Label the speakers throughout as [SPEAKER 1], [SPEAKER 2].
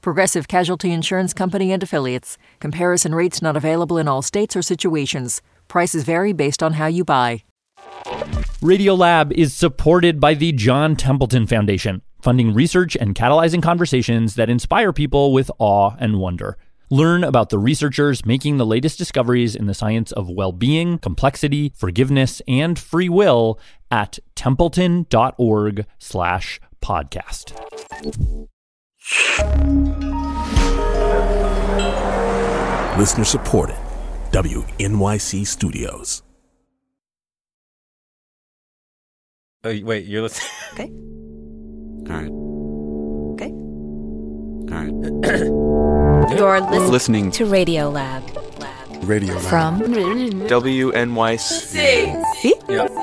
[SPEAKER 1] Progressive Casualty Insurance Company and affiliates. Comparison rates not available in all states or situations. Prices vary based on how you buy.
[SPEAKER 2] Radiolab is supported by the John Templeton Foundation, funding research and catalyzing conversations that inspire people with awe and wonder. Learn about the researchers making the latest discoveries in the science of well being, complexity, forgiveness, and free will at templeton.org slash podcast.
[SPEAKER 3] Listener supported. WNYC Studios.
[SPEAKER 4] Oh, y- wait, you're listening.
[SPEAKER 5] Okay.
[SPEAKER 6] All right.
[SPEAKER 5] Okay.
[SPEAKER 6] All right.
[SPEAKER 5] You're listening,
[SPEAKER 6] Listening
[SPEAKER 5] to Radio Lab.
[SPEAKER 7] Radio Lab.
[SPEAKER 5] From
[SPEAKER 6] WNYC.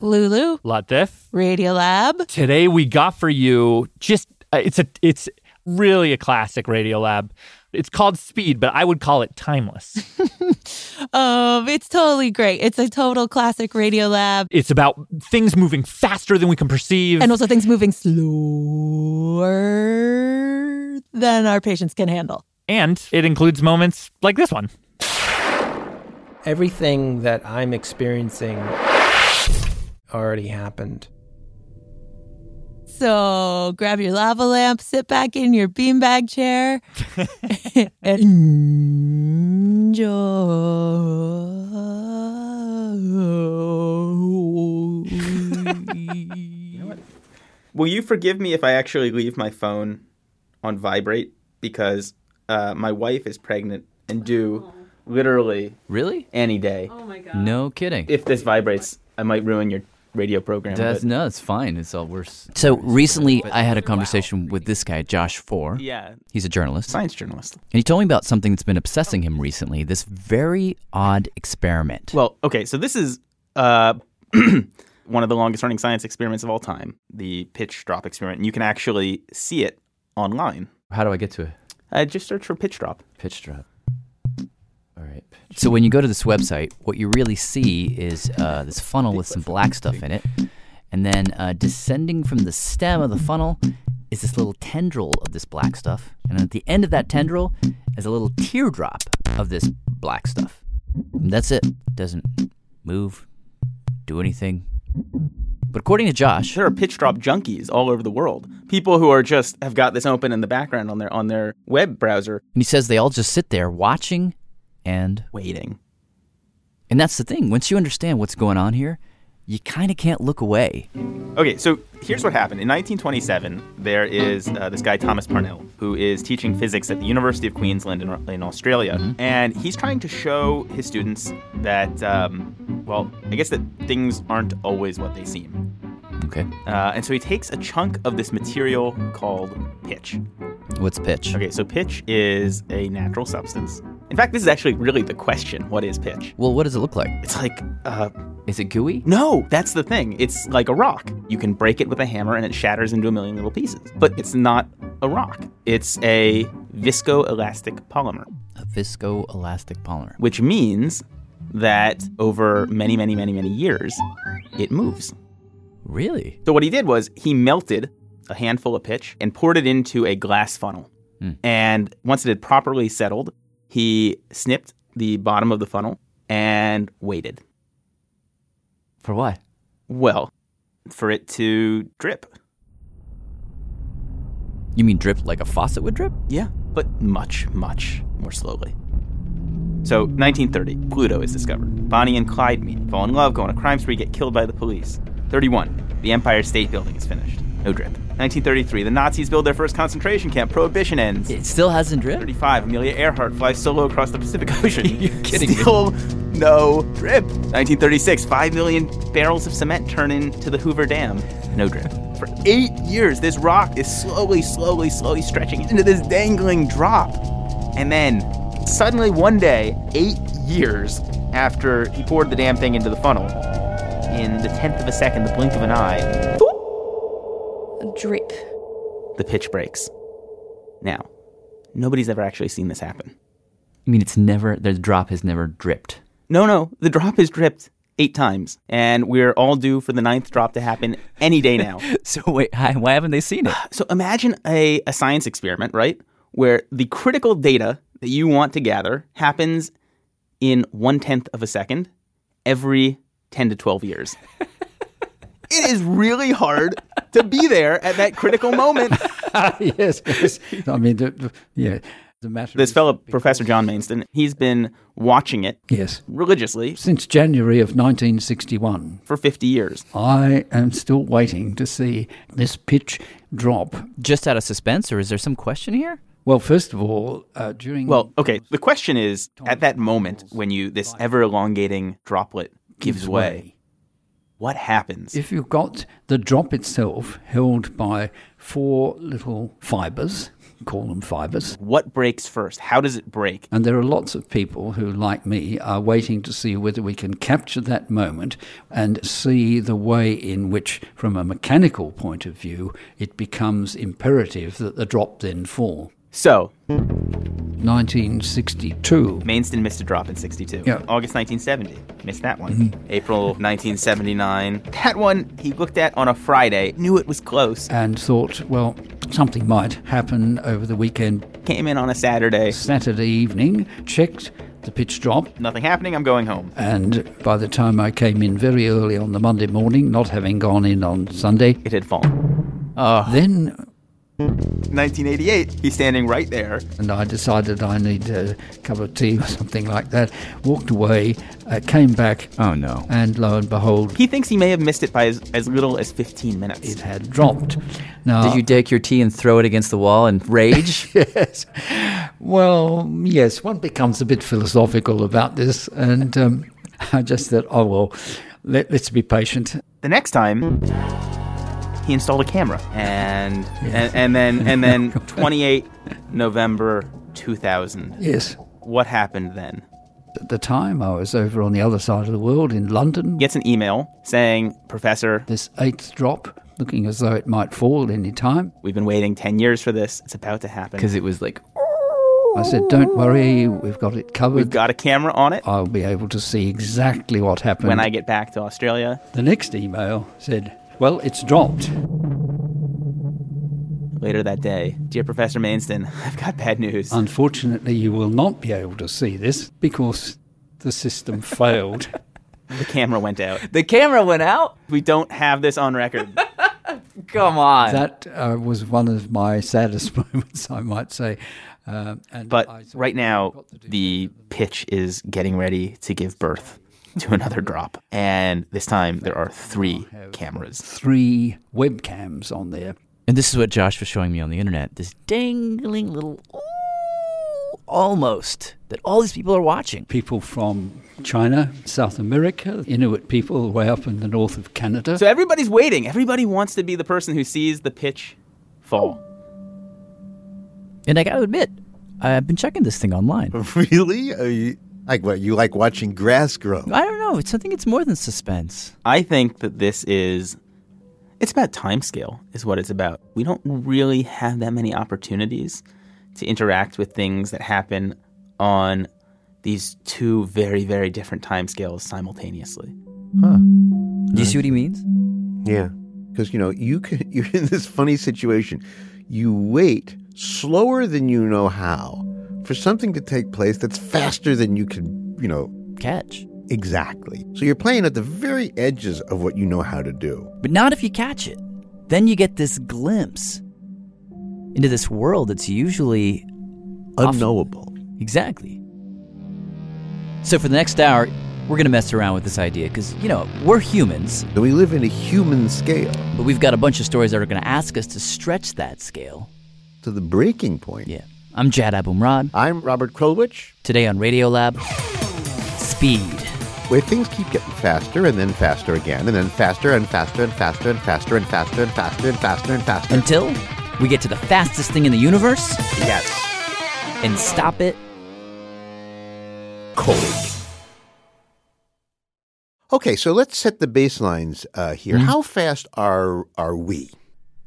[SPEAKER 8] Lulu,
[SPEAKER 2] Latif.
[SPEAKER 8] Radiolab.
[SPEAKER 2] today we got for you just uh, it's a it's really a classic radiolab it's called speed but i would call it timeless
[SPEAKER 8] Um, it's totally great. It's a total classic Radiolab.
[SPEAKER 2] it's about things moving faster than we can perceive
[SPEAKER 8] And also things moving slower than our patients can handle.
[SPEAKER 2] and it includes moments like this one
[SPEAKER 9] everything that I'm experiencing already happened.
[SPEAKER 8] So grab your lava lamp, sit back in your beanbag chair, and enjoy.
[SPEAKER 4] Will you forgive me if I actually leave my phone on vibrate because uh, my wife is pregnant and due literally
[SPEAKER 10] Really?
[SPEAKER 4] any day.
[SPEAKER 10] No kidding.
[SPEAKER 4] If this vibrates, I might ruin your radio program.
[SPEAKER 10] That's,
[SPEAKER 4] but-
[SPEAKER 10] no, it's fine. It's all worse. So recently, I had a conversation with this guy, Josh Four.
[SPEAKER 4] Yeah,
[SPEAKER 10] He's a journalist.
[SPEAKER 4] science journalist.
[SPEAKER 10] And he told me about something that's been obsessing him recently this very odd experiment.
[SPEAKER 4] Well, okay, so this is uh, one of the longest running science experiments of all time, the pitch drop experiment. And you can actually see it online.
[SPEAKER 10] how do I get to a
[SPEAKER 4] Uh, just search for pitch drop.
[SPEAKER 10] pitch drop? All right. So when you go to this website, what you really see is uh, this funnel with some black stuff in it. And then uh, descending from the stem of the funnel is this little tendril of this black stuff. And at the end of that tendril is a little teardrop of this black stuff. And that's it. Doesn't move, do anything. But according to Josh,
[SPEAKER 4] There are pitch drop junkies all over the world. People who are just have got this open in the background on their on their web browser,
[SPEAKER 10] and he says they all just sit there watching and
[SPEAKER 4] waiting.
[SPEAKER 10] And that's the thing. Once you understand what's going on here, you kind of can't look away.
[SPEAKER 4] Okay, so here's what happened. In 1927, there is uh, this guy, Thomas Parnell, who is teaching physics at the University of Queensland in, in Australia.
[SPEAKER 10] Mm-hmm.
[SPEAKER 4] And he's trying to show his students that, um, well, I guess that things aren't always what they seem.
[SPEAKER 10] Okay.
[SPEAKER 4] Uh, and so he takes a chunk of this material called pitch.
[SPEAKER 10] What's pitch?
[SPEAKER 4] Okay, so pitch is a natural substance. In fact, this is actually really the question what is pitch?
[SPEAKER 10] Well, what does it look like?
[SPEAKER 4] It's like, uh,
[SPEAKER 10] Is it gooey?
[SPEAKER 4] no, that's the thing. It's like a rock. You can break it with a hammer and it shatters into a million little pieces. But it's not a rock. It's a viscoelastic polymer,
[SPEAKER 10] A viscoelastic polymer.
[SPEAKER 4] which means that over many, many, many, many years, it moves.
[SPEAKER 10] Really?
[SPEAKER 4] So what he did was he melted a handful of pitch and poured it into a glass funnel.
[SPEAKER 10] Hmm.
[SPEAKER 4] And once it had properly settled, he snipped the bottom of the funnel and waited.
[SPEAKER 10] For what?
[SPEAKER 4] Well, for it to drip.
[SPEAKER 10] You mean drip like a faucet would drip?
[SPEAKER 4] Yeah, but much, much more slowly. So, 1930, Pluto is discovered. Bonnie and Clyde meet, fall in love, go on a crime spree, get killed by the police. 31, the Empire State Building is finished. No drip. 1933, the Nazis build their first concentration camp, Prohibition ends.
[SPEAKER 10] It still hasn't dripped?
[SPEAKER 4] 35, Amelia Earhart flies solo across the Pacific Ocean.
[SPEAKER 10] You're kidding me.
[SPEAKER 4] Still no drip. 1936, 5 million barrels of cement turn into the Hoover Dam. No drip. For eight years, this rock is slowly, slowly, slowly stretching into this dangling drop. And then, suddenly one day, eight years after he poured the damn thing into the funnel, in the tenth of a second, the blink of an eye,
[SPEAKER 11] Drip.
[SPEAKER 4] the pitch breaks. Now, nobody's ever actually seen this happen.
[SPEAKER 10] I mean, it's never the drop has never dripped.
[SPEAKER 4] No, no, the drop is dripped eight times, and we're all due for the ninth drop to happen any day now.
[SPEAKER 10] So wait, hi- why haven't they seen it?
[SPEAKER 4] So imagine a, a science experiment, right? Where the critical data that you want to gather happens in one tenth of a second every 10 to 12 years. it is really hard to be there at that critical moment.
[SPEAKER 12] yes, yes. I mean, the, the- yeah, the matter.
[SPEAKER 4] This
[SPEAKER 12] is-
[SPEAKER 4] fellow, Professor John Mainston, he's been watching it
[SPEAKER 12] Yes,
[SPEAKER 4] religiously
[SPEAKER 12] since January of 1961,
[SPEAKER 4] for 50 years.
[SPEAKER 12] I am still waiting to see this pitch drop.
[SPEAKER 10] Just out of suspense, or is there some question here?
[SPEAKER 12] Well, first of all, uh, during
[SPEAKER 4] Well, okay, the question is at that moment when you this ever elongating droplet gives way, what happens?
[SPEAKER 12] If you've got the drop itself held by four little fibres, call them fibres,
[SPEAKER 4] what breaks first? How does it break?
[SPEAKER 12] and there are lots of people who, like me, are waiting to see whether we can capture that moment and see the way in which, from a mechanical point of view, it becomes imperative that the drop then fall.
[SPEAKER 4] So,
[SPEAKER 12] 1962.
[SPEAKER 4] Mainston missed a drop in 62.
[SPEAKER 12] Yeah. Mm-hmm.
[SPEAKER 4] August 1970, missed that one. April 1979, that one he looked at on a Friday, knew it was close,
[SPEAKER 12] And thought, well, something might happen over the weekend.
[SPEAKER 4] came in on a Saturday,
[SPEAKER 12] Saturday evening, checked the pitch drop,
[SPEAKER 4] nothing happening, I'm going home.
[SPEAKER 12] And by the time I came in very early on the Monday morning, not having gone in on Sunday,
[SPEAKER 4] It had fallen.
[SPEAKER 10] Ah.
[SPEAKER 12] then
[SPEAKER 4] 1988, he's standing right there.
[SPEAKER 12] and I decided I need a cup of tea or something like that. Walked away, uh, came back,
[SPEAKER 10] Oh no.
[SPEAKER 12] and lo and behold,
[SPEAKER 4] He thinks he may have missed it by as, as little as 15 minutes.
[SPEAKER 12] it had dropped. Now,
[SPEAKER 10] Did you take your tea and throw it against the wall and rage?
[SPEAKER 12] yes. Well, yes, one becomes a bit philosophical about this, and um, I just thought, oh well, let, let's be patient.
[SPEAKER 4] The next time, he installed a camera, and and, and then and then 28 November 2000.
[SPEAKER 12] Yes.
[SPEAKER 4] What happened then?
[SPEAKER 12] At the time, I was over on the other side of the world in London.
[SPEAKER 4] Gets an email saying, "Professor,
[SPEAKER 12] this eighth drop, looking as though it might fall any time.
[SPEAKER 4] We've been waiting 10 years for this. It's about to happen.
[SPEAKER 10] Because it was like
[SPEAKER 12] I said, Don't worry, we've got it covered.
[SPEAKER 4] We've got a camera on it.
[SPEAKER 12] I'll be able to see exactly what happened.
[SPEAKER 4] When I get back to Australia,
[SPEAKER 12] the next email said, Well, it's dropped.
[SPEAKER 4] later that day, dear Professor Mainston, I've got bad news.
[SPEAKER 12] Unfortunately, you will not be able to see this because the system failed.
[SPEAKER 4] the camera went out.
[SPEAKER 10] the camera went out.
[SPEAKER 4] We don't have this on record.
[SPEAKER 10] Come on.
[SPEAKER 12] That uh, was one of my saddest moments, I might say. Um, and
[SPEAKER 4] But
[SPEAKER 12] I thought,
[SPEAKER 4] right now,
[SPEAKER 12] "I've got to do
[SPEAKER 4] the pitch is getting ready to give birth to another drop. And this time, there are three cameras.
[SPEAKER 12] three webcams on there.
[SPEAKER 10] and this is what Josh was showing me on the internet. This dangling little ooh, almost that all these people are watching.
[SPEAKER 12] People from China, South America, Inuit people way up in the north of Canada.
[SPEAKER 4] So everybody's waiting. Everybody wants to be the person who sees the pitch fall.
[SPEAKER 10] And I gotta admit, I've been checking this thing online.
[SPEAKER 13] Really? Are you, like what? You like watching grass grow?
[SPEAKER 10] I don't know. It's, I think it's more than suspense.
[SPEAKER 4] I think that this is it's about timescale is what it's about. We don't really have that many opportunities to interact with things that happen on these two very very different timescales simultaneously.
[SPEAKER 10] Do you see what he means?
[SPEAKER 13] Yeah, because you know you can, you're in this funny situation. You wait slower than you know how for something to take place that's faster than you can, you know,
[SPEAKER 10] Catch.
[SPEAKER 13] exactly. So you're playing at the very edges of what you know how to do.
[SPEAKER 10] But not if you catch it. Then you get this glimpse into this world that's usually Off-
[SPEAKER 13] Unknowable.
[SPEAKER 10] exactly. So for the next hour, we're going to mess around with this idea because, you know, we're humans,
[SPEAKER 13] And we live in a human scale
[SPEAKER 10] but we've got a bunch of stories that are going to ask us to stretch that scale.
[SPEAKER 13] to the breaking point.
[SPEAKER 10] Yeah. I'm Jad Abumrad.
[SPEAKER 13] I'm Robert Krulwich.
[SPEAKER 10] Today on Radiolab, speed.
[SPEAKER 13] where things keep getting faster and then faster again and then faster and faster and faster and faster and faster and faster and faster and faster.
[SPEAKER 10] Until we get to the fastest thing in the universe.
[SPEAKER 13] Yes.
[SPEAKER 10] And stop it.
[SPEAKER 13] Cold. Okay, so let's set the baselines uh, here. How fast are are we?
[SPEAKER 10] Mm-hmm.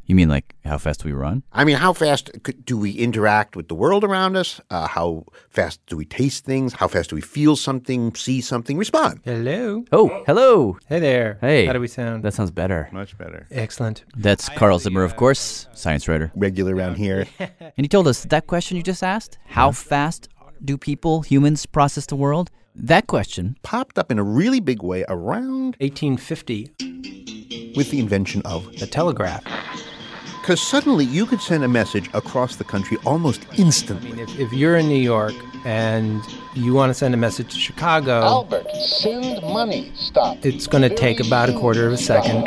[SPEAKER 10] You mean like how fast we run?
[SPEAKER 13] I mean, how fast could, do we interact with the world around us? Uh, how fast do we taste things? How fast do we feel something, see something, respond?
[SPEAKER 9] Hello.
[SPEAKER 10] Oh, hello.
[SPEAKER 9] Hey there.
[SPEAKER 10] Hey.
[SPEAKER 9] How do we sound?
[SPEAKER 10] That sounds better.
[SPEAKER 14] Much better.
[SPEAKER 9] Excellent.
[SPEAKER 10] That's Carl Zimmer, of course, science writer.
[SPEAKER 13] Regular around here.
[SPEAKER 10] And he told us that question you just asked how fast do people, humans, process the world? That question
[SPEAKER 13] Popped up in a really big way around
[SPEAKER 9] 1850
[SPEAKER 13] with the invention of
[SPEAKER 9] the telegraph.
[SPEAKER 13] Because suddenly you could send a message across the country almost instantly.
[SPEAKER 9] If, if you're in New York and you want to send a message to Chicago,
[SPEAKER 15] Albert, send money. Stop.
[SPEAKER 9] it's going to take about a quarter of a second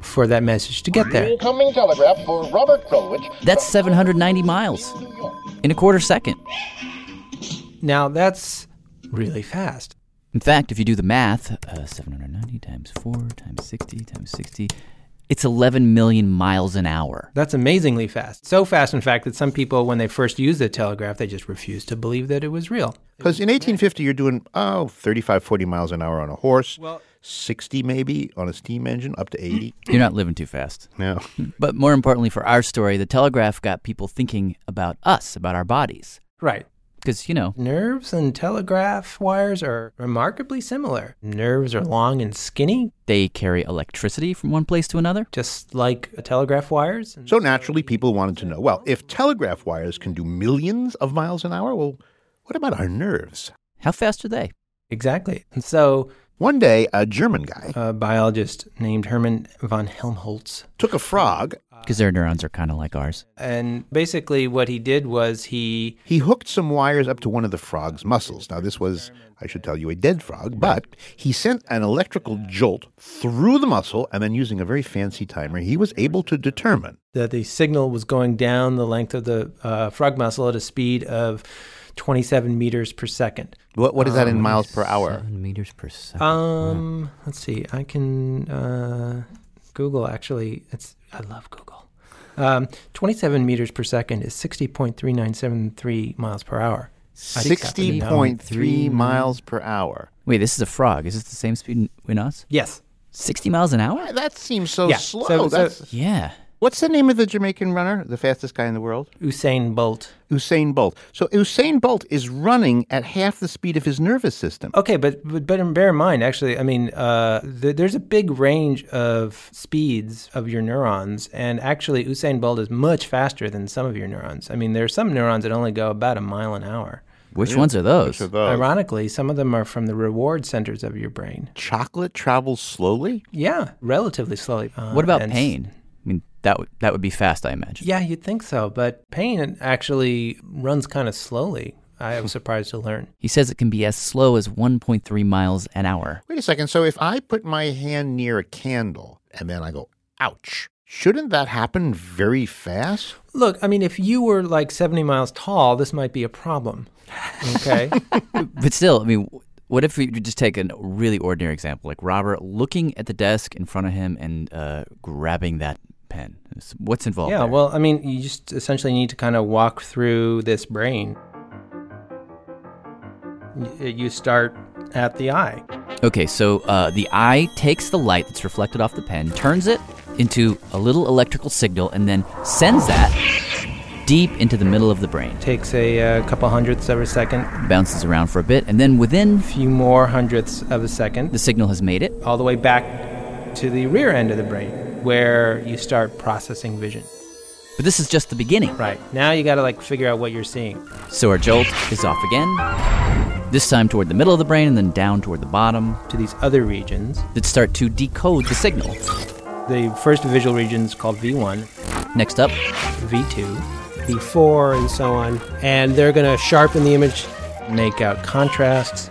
[SPEAKER 9] for that message to get there.
[SPEAKER 15] Incoming telegraph for Robert Krulwich.
[SPEAKER 10] That's 790 miles in a quarter second.
[SPEAKER 9] Now that's really fast.
[SPEAKER 10] In fact, if you do the math, uh, 790 times 4 times 60 times 60, it's 11 million miles an hour.
[SPEAKER 9] That's amazingly fast. So fast, in fact, that some people, when they first used the telegraph, they just refused to believe that it was real.
[SPEAKER 13] Because in 1850, you're doing, oh, 35, 40 miles an hour on a horse, 60 maybe on a steam engine, up to 80.
[SPEAKER 10] You're not living too fast.
[SPEAKER 13] No.
[SPEAKER 10] But more importantly for our story, the telegraph got people thinking about us, about our bodies.
[SPEAKER 9] Right.
[SPEAKER 10] Because, you know,
[SPEAKER 9] Nerves and telegraph wires are remarkably similar. Nerves are long and skinny,
[SPEAKER 10] they carry electricity from one place to another.
[SPEAKER 9] just like uh, telegraph wires. Oh.
[SPEAKER 13] So naturally, people wanted to know well, if telegraph wires can do millions of miles an hour, well, what about our nerves?
[SPEAKER 10] How fast are they?
[SPEAKER 9] Exactly. And so
[SPEAKER 13] One day, a German guy
[SPEAKER 9] a biologist named Hermann von Helmholtz uh,
[SPEAKER 13] took a frog,
[SPEAKER 10] Because their neurons are kind of like ours.
[SPEAKER 9] And basically, what he did was he
[SPEAKER 13] he hooked some wires up to one of the frog's muscles. Now, this was, I should tell you, a dead frog, but he sent an electrical jolt through the muscle, and then using a very fancy timer, he was able to determine
[SPEAKER 9] that the signal was going down the length of the uh, frog muscle at a speed of 27 meters per second.
[SPEAKER 13] what, what is that in miles per hour?
[SPEAKER 10] Seven meters per second.
[SPEAKER 9] Um, let's see. I can uh, Google actually. It's I love Google. Um, 27 meters per second is 60.3973 miles per hour. I just happen to know.
[SPEAKER 13] 60.3 miles per hour.
[SPEAKER 10] Wait, this is a frog. Is this the same speed in us?
[SPEAKER 9] Yes.
[SPEAKER 10] 60 miles an hour?
[SPEAKER 13] That seems so
[SPEAKER 9] Yeah,
[SPEAKER 13] slow.
[SPEAKER 9] so- so-
[SPEAKER 13] That's-
[SPEAKER 10] Yeah.
[SPEAKER 13] what's the name of the Jamaican runner, the fastest guy in the world?
[SPEAKER 9] Usain Bolt.
[SPEAKER 13] Usain Bolt. So Usain Bolt is running at half the speed of his nervous system.
[SPEAKER 9] Okay, but but better bear in mind, actually, I mean, uh, th- there's a big range of speeds of your neurons, and actually, Usain Bolt is much faster than some of your neurons. I mean, there are some neurons that only go about a mile an hour.
[SPEAKER 10] Which ones are those?
[SPEAKER 9] Ironically, some of them are from the reward centers of your brain.
[SPEAKER 13] Chocolate travels slowly?
[SPEAKER 9] Yeah, relatively slowly. Uh,
[SPEAKER 10] What about
[SPEAKER 9] and s-
[SPEAKER 10] pain? I mean, that would that would be fast, I imagine.
[SPEAKER 9] Yeah, you'd think so, but pain actually runs kind of slowly. I was surprised to learn.
[SPEAKER 10] He says it can be as slow as 1.3 miles an hour.
[SPEAKER 13] Wait a second. So if I put my hand near a candle and then I go, ouch, shouldn't that happen very fast?
[SPEAKER 9] Look, I mean, if you were like 70 miles tall, this might be a problem. Okay.
[SPEAKER 10] But still, I mean, w- what if we just take a really ordinary example, like Robert looking at the desk in front of him and uh, grabbing that pen? It's- What's involved?
[SPEAKER 9] Yeah,
[SPEAKER 10] there?
[SPEAKER 9] well, I mean, you just essentially need to kind of walk through this brain. Y- You start at the eye.
[SPEAKER 10] Okay, so uh, the eye takes the light that's reflected off the pen, turns it into a little electrical signal, and then sends that deep into the middle of the brain.
[SPEAKER 9] Takes a, uh couple hundredths of a second,
[SPEAKER 10] Bounces around for a bit, and then within
[SPEAKER 9] few more hundredths of a second,
[SPEAKER 10] the signal has made it.
[SPEAKER 9] all the way back to the rear end of the brain where you start processing vision.
[SPEAKER 10] But this is just the beginning.
[SPEAKER 9] Right. Now you got to like figure out what you're seeing.
[SPEAKER 10] So our jolt is off again, this time toward the middle of the brain and then down toward the bottom
[SPEAKER 9] to these other regions.
[SPEAKER 10] that start to decode the signal.
[SPEAKER 9] The first visual region is called V1,
[SPEAKER 10] Next up,
[SPEAKER 9] V2, V4, and so on. And they're going to sharpen the image, make out contrasts,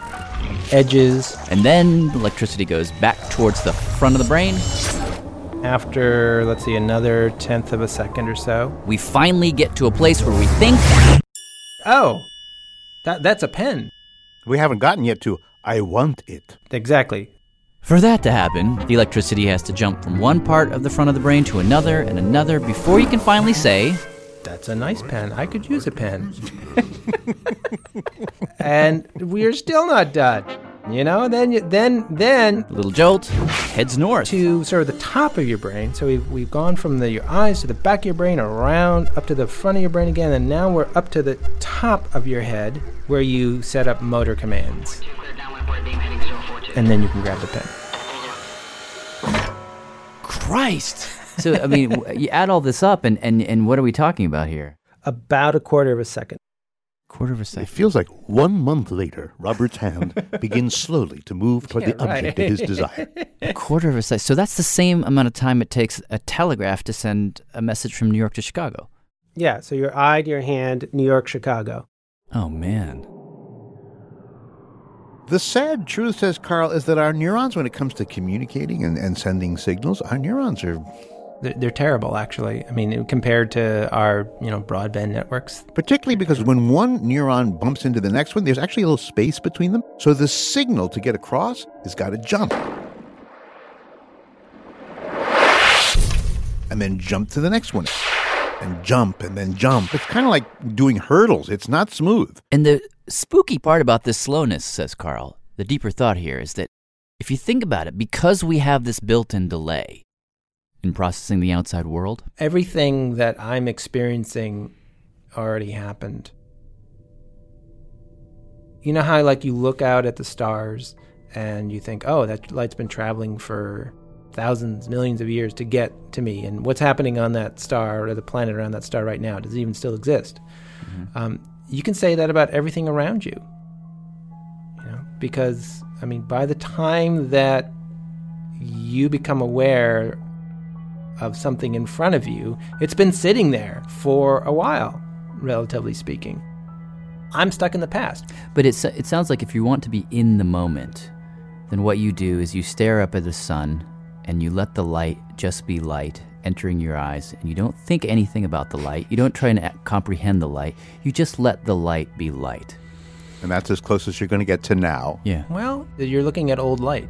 [SPEAKER 9] edges.
[SPEAKER 10] and then electricity goes back towards the front of the brain.
[SPEAKER 9] After, let's see, another tenth of a second or so.
[SPEAKER 10] We finally get to a place where we think
[SPEAKER 9] Oh, that, that's a pen.
[SPEAKER 13] We haven't gotten yet to, I want it.
[SPEAKER 9] Exactly.
[SPEAKER 10] For that to happen, the electricity has to jump from one part of the front of the brain to another and another before you can finally say,
[SPEAKER 9] That's a nice pen. I could use a pen. and we're still not done. You know, then you, then then
[SPEAKER 10] little jolt heads north
[SPEAKER 9] to sort of the top of your brain. So we've we've gone from the, your eyes to the back of your brain, around up to the front of your brain again, and now we're up to the top of your head where you set up motor commands. And then you can grab the pen.
[SPEAKER 10] Christ! So, I mean, w- you add all this up, and, and, and what are we talking about here?
[SPEAKER 9] About a quarter of a second.
[SPEAKER 10] Quarter of a second.
[SPEAKER 13] It feels like one month later, Robert's hand begins slowly to move toward the
[SPEAKER 9] Yeah, right.
[SPEAKER 13] object of his desire.
[SPEAKER 10] A quarter of a second. So that's the same amount of time it takes a telegraph to send a message from New York to Chicago.
[SPEAKER 9] Yeah, so your eye to your hand, New York, Chicago.
[SPEAKER 10] Oh, man.
[SPEAKER 13] The sad truth, says Carl, is that our neurons, when it comes to communicating and, and sending signals, our neurons are.
[SPEAKER 9] They're, they're terrible, actually. I mean, compared to our, you know, broadband networks.
[SPEAKER 13] Particularly because when one neuron bumps into the next one, there's actually a little space between them. So the signal to get across has got to jump. And then jump to the next one. And jump and then jump. It's kind of like doing hurdles, it's not smooth.
[SPEAKER 10] And the spooky part about this slowness, says Carl, the deeper thought here is that if you think about it, because we have this built in delay in processing the outside world,
[SPEAKER 9] Everything that I'm experiencing already happened. You know how, like, you look out at the stars and you think, oh, that light's been traveling for thousands, millions of years to get to me. And what's happening on that star or the planet around that star right now? Does it even still exist? Um, you can say that about everything around you. you know because i mean by the time that you become aware of something in front of you it's been sitting there for a while relatively speaking i'm stuck in the past
[SPEAKER 10] But it's, it sounds like if you want to be in the moment, then what you do is you stare up at the sun and you let the light just be light entering your eyes, and you don't think anything about the light. You don't try and a- comprehend the light. You just let the light be light.
[SPEAKER 13] And that's as close as you're going to get to now.
[SPEAKER 10] Yeah.
[SPEAKER 9] well you're looking at old light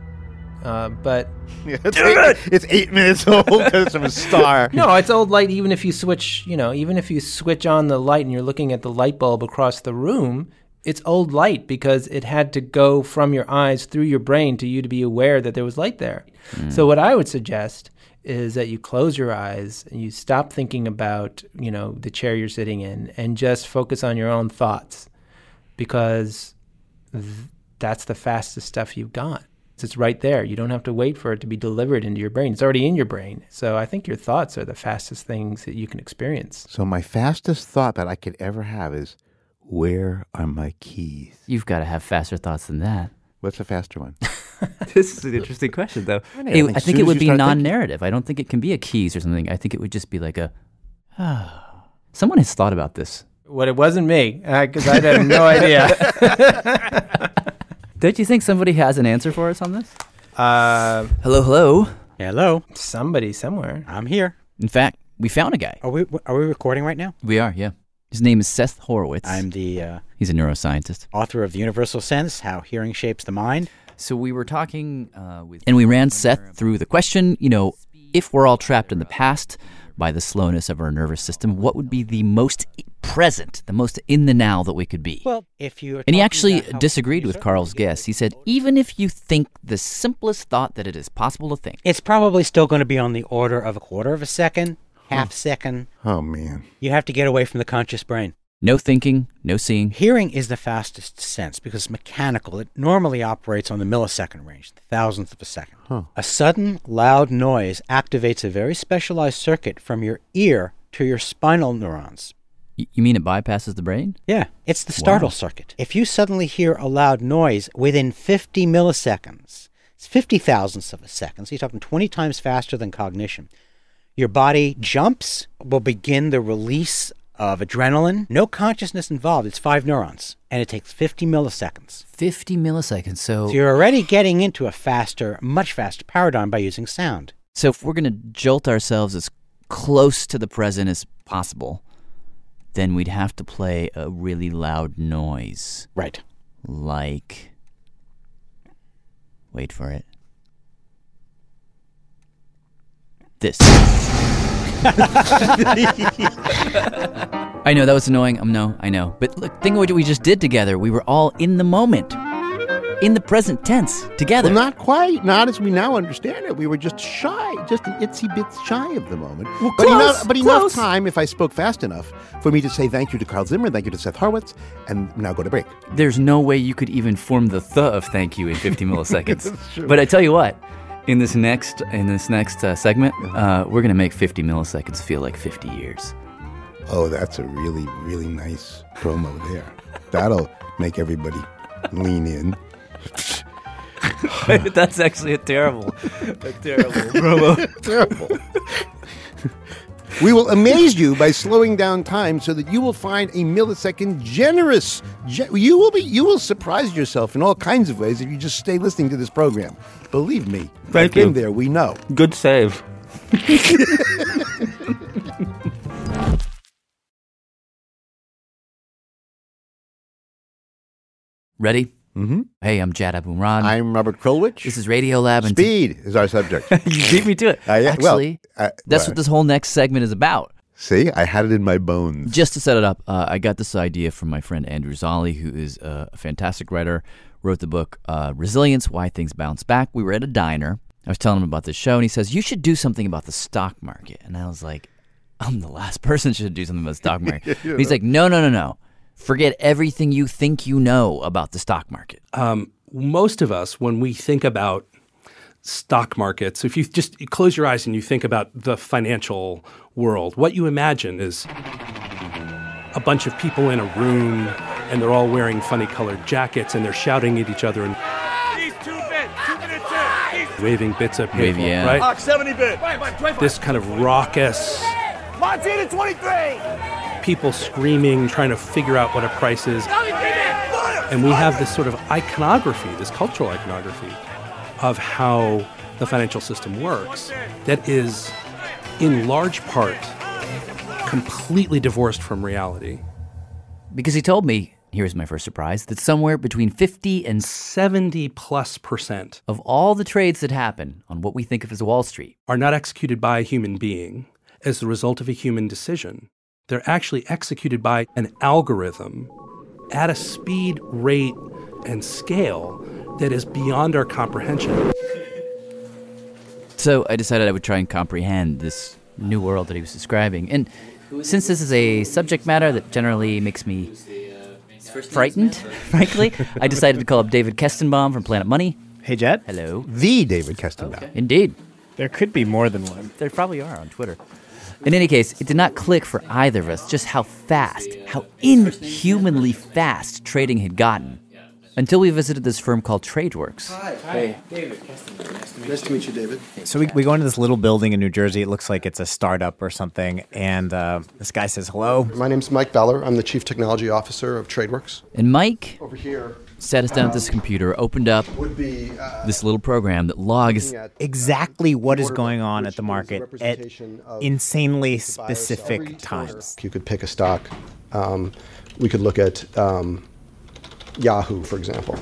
[SPEAKER 9] uh, but
[SPEAKER 13] it's, eight, it's eight minutes old because it's from a star.
[SPEAKER 9] no it's old light even if you switch you know even if you switch on the light and you're looking at the light bulb across the room it's old light because it had to go from your eyes through your brain to you to be aware that there was light there
[SPEAKER 13] Hmm.
[SPEAKER 9] so what i would suggest is that you close your eyes and you stop thinking about you know the chair you're sitting in and just focus on your own thoughts because th- that's the fastest stuff you've got. It's right there. You don't have to wait for it to be delivered into your brain. It's already in your brain. So I think your thoughts are the fastest things that you can experience.
[SPEAKER 13] So my fastest thought that I could ever have is, where are my keys?
[SPEAKER 10] You've got to have faster thoughts than that.
[SPEAKER 13] What's a faster one?
[SPEAKER 14] this is an interesting question, though.
[SPEAKER 10] It- I think, it would be non narrative. I don't think it can be a keys or something. I think it would just be like a, ah. Someone has thought about this.
[SPEAKER 9] Well, it wasn't me because I had no idea.
[SPEAKER 10] Don't you think somebody has an answer for us on this?
[SPEAKER 9] uh,
[SPEAKER 10] Hello, hello.
[SPEAKER 14] Hello.
[SPEAKER 9] Somebody somewhere.
[SPEAKER 14] I'm here.
[SPEAKER 10] In fact, we found a guy.
[SPEAKER 14] Are we are we recording right now?
[SPEAKER 10] We are, yeah. His name is Seth Horowitz.
[SPEAKER 14] I'm the uh,
[SPEAKER 10] He's a neuroscientist.
[SPEAKER 14] author of The Universal Sense: How Hearing Shapes the Mind.
[SPEAKER 10] So we were talking uh, with. And we ran Seth through the question you know, if we're all trapped in the past by the slowness of our nervous system, what would be the most i- present, the most in the now that we could be?
[SPEAKER 14] Well, if you
[SPEAKER 10] and he actually disagreed with Carl's guess. He said, even if you think the simplest thought that it is possible to think,
[SPEAKER 14] it's probably still going to be on the order of a quarter of a second, half second.
[SPEAKER 13] Oh man.
[SPEAKER 14] You have to get away from the conscious brain.
[SPEAKER 10] no thinking, no seeing.
[SPEAKER 14] Hearing is the fastest sense because it's mechanical. It normally operates on the millisecond range, the thousandth of a second.
[SPEAKER 13] Huh.
[SPEAKER 14] A sudden loud noise activates a very specialized circuit from your ear to your spinal neurons.
[SPEAKER 10] Y- you mean it bypasses the brain?
[SPEAKER 14] Yeah, it's the startle
[SPEAKER 10] Wow.
[SPEAKER 14] circuit. If you suddenly hear a loud noise within 50 milliseconds, it's 50 thousandths of a second, so you're talking 20 times faster than cognition. Your body jumps, will begin the release of adrenaline. No consciousness involved. It's five neurons, and it takes 50 milliseconds.
[SPEAKER 10] 50 milliseconds. So,
[SPEAKER 14] So you're already getting into a faster, much faster paradigm by using sound.
[SPEAKER 10] so if we're going to jolt ourselves as close to the present as possible, then we'd have to play a really loud noise.
[SPEAKER 14] Right.
[SPEAKER 10] like Wait for it. This. I know that was annoying. Um, no, I know. But look, think of what we just did together. We were all in the moment, in the present tense, together.
[SPEAKER 13] Well, not quite. Not as we now understand it. We were just shy, just an itsy bit shy of the moment.
[SPEAKER 10] Well,
[SPEAKER 13] but
[SPEAKER 10] close,
[SPEAKER 13] enough, but enough
[SPEAKER 10] close.
[SPEAKER 13] time, if I spoke fast enough, for me to say thank you to Carl Zimmer, thank you to Seth Horowitz, and now go to break.
[SPEAKER 10] There's no way you could even form the th of thank you in 50 milliseconds.
[SPEAKER 13] That's true.
[SPEAKER 10] but I tell you what, in this next in this next uh, segment, uh, we're gonna make 50 milliseconds feel like 50 years.
[SPEAKER 13] Oh, that's a really, really nice promo there. That'll make everybody lean in.
[SPEAKER 10] That's actually a terrible, a terrible promo.
[SPEAKER 13] Terrible. We will amaze you by slowing down time so that you will find a millisecond generous. ge- you will be you will surprise yourself in all kinds of ways if you just stay listening to this program. Believe me,
[SPEAKER 4] Thank
[SPEAKER 13] I've been
[SPEAKER 4] you.
[SPEAKER 13] there. We know.
[SPEAKER 4] Good save.
[SPEAKER 10] Ready? Mm-hmm. Hey, I'm Jad Abumrad.
[SPEAKER 13] I'm Robert Krulwich.
[SPEAKER 10] This is Radio Lab. And
[SPEAKER 13] Speed is our subject.
[SPEAKER 10] you beat me to it.
[SPEAKER 13] I- well,
[SPEAKER 10] actually,
[SPEAKER 13] I-
[SPEAKER 10] that's
[SPEAKER 13] well.
[SPEAKER 10] what this whole next segment is about.
[SPEAKER 13] See, I had it in my bones.
[SPEAKER 10] Just to set it up, uh, I got this idea from my friend Andrew Zolli, who is uh, a fantastic writer, wrote the book uh, Resilience Why Things Bounce Back. We were at a diner. I was telling him about this show, and he says, You should do something about the stock market. And I was like, I'm the last person who should do something about the stock market.
[SPEAKER 6] Yeah.
[SPEAKER 10] And He's like, No, no, no, no. Forget everything you think you know about the stock market.
[SPEAKER 6] um, most of us, when we think about stock markets, if you just you close your eyes and you think about the financial world, what you imagine is a bunch of people in a room and they're all wearing funny colored jackets and they're shouting at each other and
[SPEAKER 3] He's two bit, two minutes in. He's
[SPEAKER 6] waving bits of paper,
[SPEAKER 10] Wavy, yeah.
[SPEAKER 6] right?
[SPEAKER 3] 70 bit.
[SPEAKER 6] This kind of raucous,
[SPEAKER 3] Montana 23.
[SPEAKER 6] people screaming, trying to figure out what a price is. And we have this sort of iconography, this cultural iconography of how the financial system works that is in large part completely divorced from reality.
[SPEAKER 10] Because he told me, here's my first surprise, that somewhere between 50 and
[SPEAKER 6] 70 plus percent
[SPEAKER 10] of all the trades that happen on what we think of as Wall Street
[SPEAKER 6] are not executed by a human being as the result of a human decision. They're actually executed by an algorithm at a speed, rate, and scale that is beyond our comprehension.
[SPEAKER 10] So I decided I would try and comprehend this new world that he was describing. And since this is a subject matter that generally makes me frightened, frankly, I decided to call up David Kestenbaum from Planet Money.
[SPEAKER 16] Hey, Jet.
[SPEAKER 10] Hello.
[SPEAKER 13] The David Kestenbaum.
[SPEAKER 10] Indeed.
[SPEAKER 16] There could be more than one.
[SPEAKER 10] There probably are on Twitter. In any case, it did not click for either of us just how fast, how inhumanly fast trading had gotten until we visited this firm called TradeWorks.
[SPEAKER 16] Hi.
[SPEAKER 17] Hey.
[SPEAKER 16] David.
[SPEAKER 17] Nice to meet you, David.
[SPEAKER 16] So we, we go into this little building in New Jersey. It looks like it's a startup or something. And uh, this guy says, hello.
[SPEAKER 17] My name's Mike Beller. I'm the Chief Technology Officer of TradeWorks.
[SPEAKER 10] And Mike
[SPEAKER 17] Over here. um,
[SPEAKER 10] sat us down at this computer, opened up
[SPEAKER 17] Would be, uh,
[SPEAKER 10] this little program that logs
[SPEAKER 16] um, exactly what is going on at the market at insanely specific times.
[SPEAKER 17] You could pick a stock. Um, we could look at um, Yahoo, for example.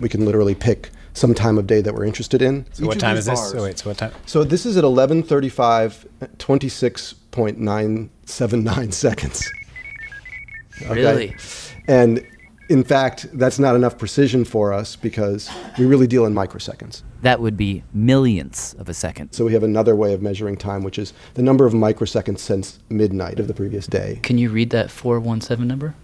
[SPEAKER 17] We can literally pick some time of day that we're interested in.
[SPEAKER 16] So
[SPEAKER 17] Each
[SPEAKER 16] what
[SPEAKER 17] of
[SPEAKER 16] time
[SPEAKER 17] these
[SPEAKER 16] is this?
[SPEAKER 17] bars-
[SPEAKER 16] So wait, so what time?
[SPEAKER 17] So this is at 11:35, 26.979 seconds.
[SPEAKER 10] Really?
[SPEAKER 17] And in fact, that's not enough precision for us because we really deal in microseconds.
[SPEAKER 10] That would be millionths of a second.
[SPEAKER 17] So we have another way of measuring time, which is the number of microseconds since midnight of the previous day.
[SPEAKER 10] Can you read that 417 number?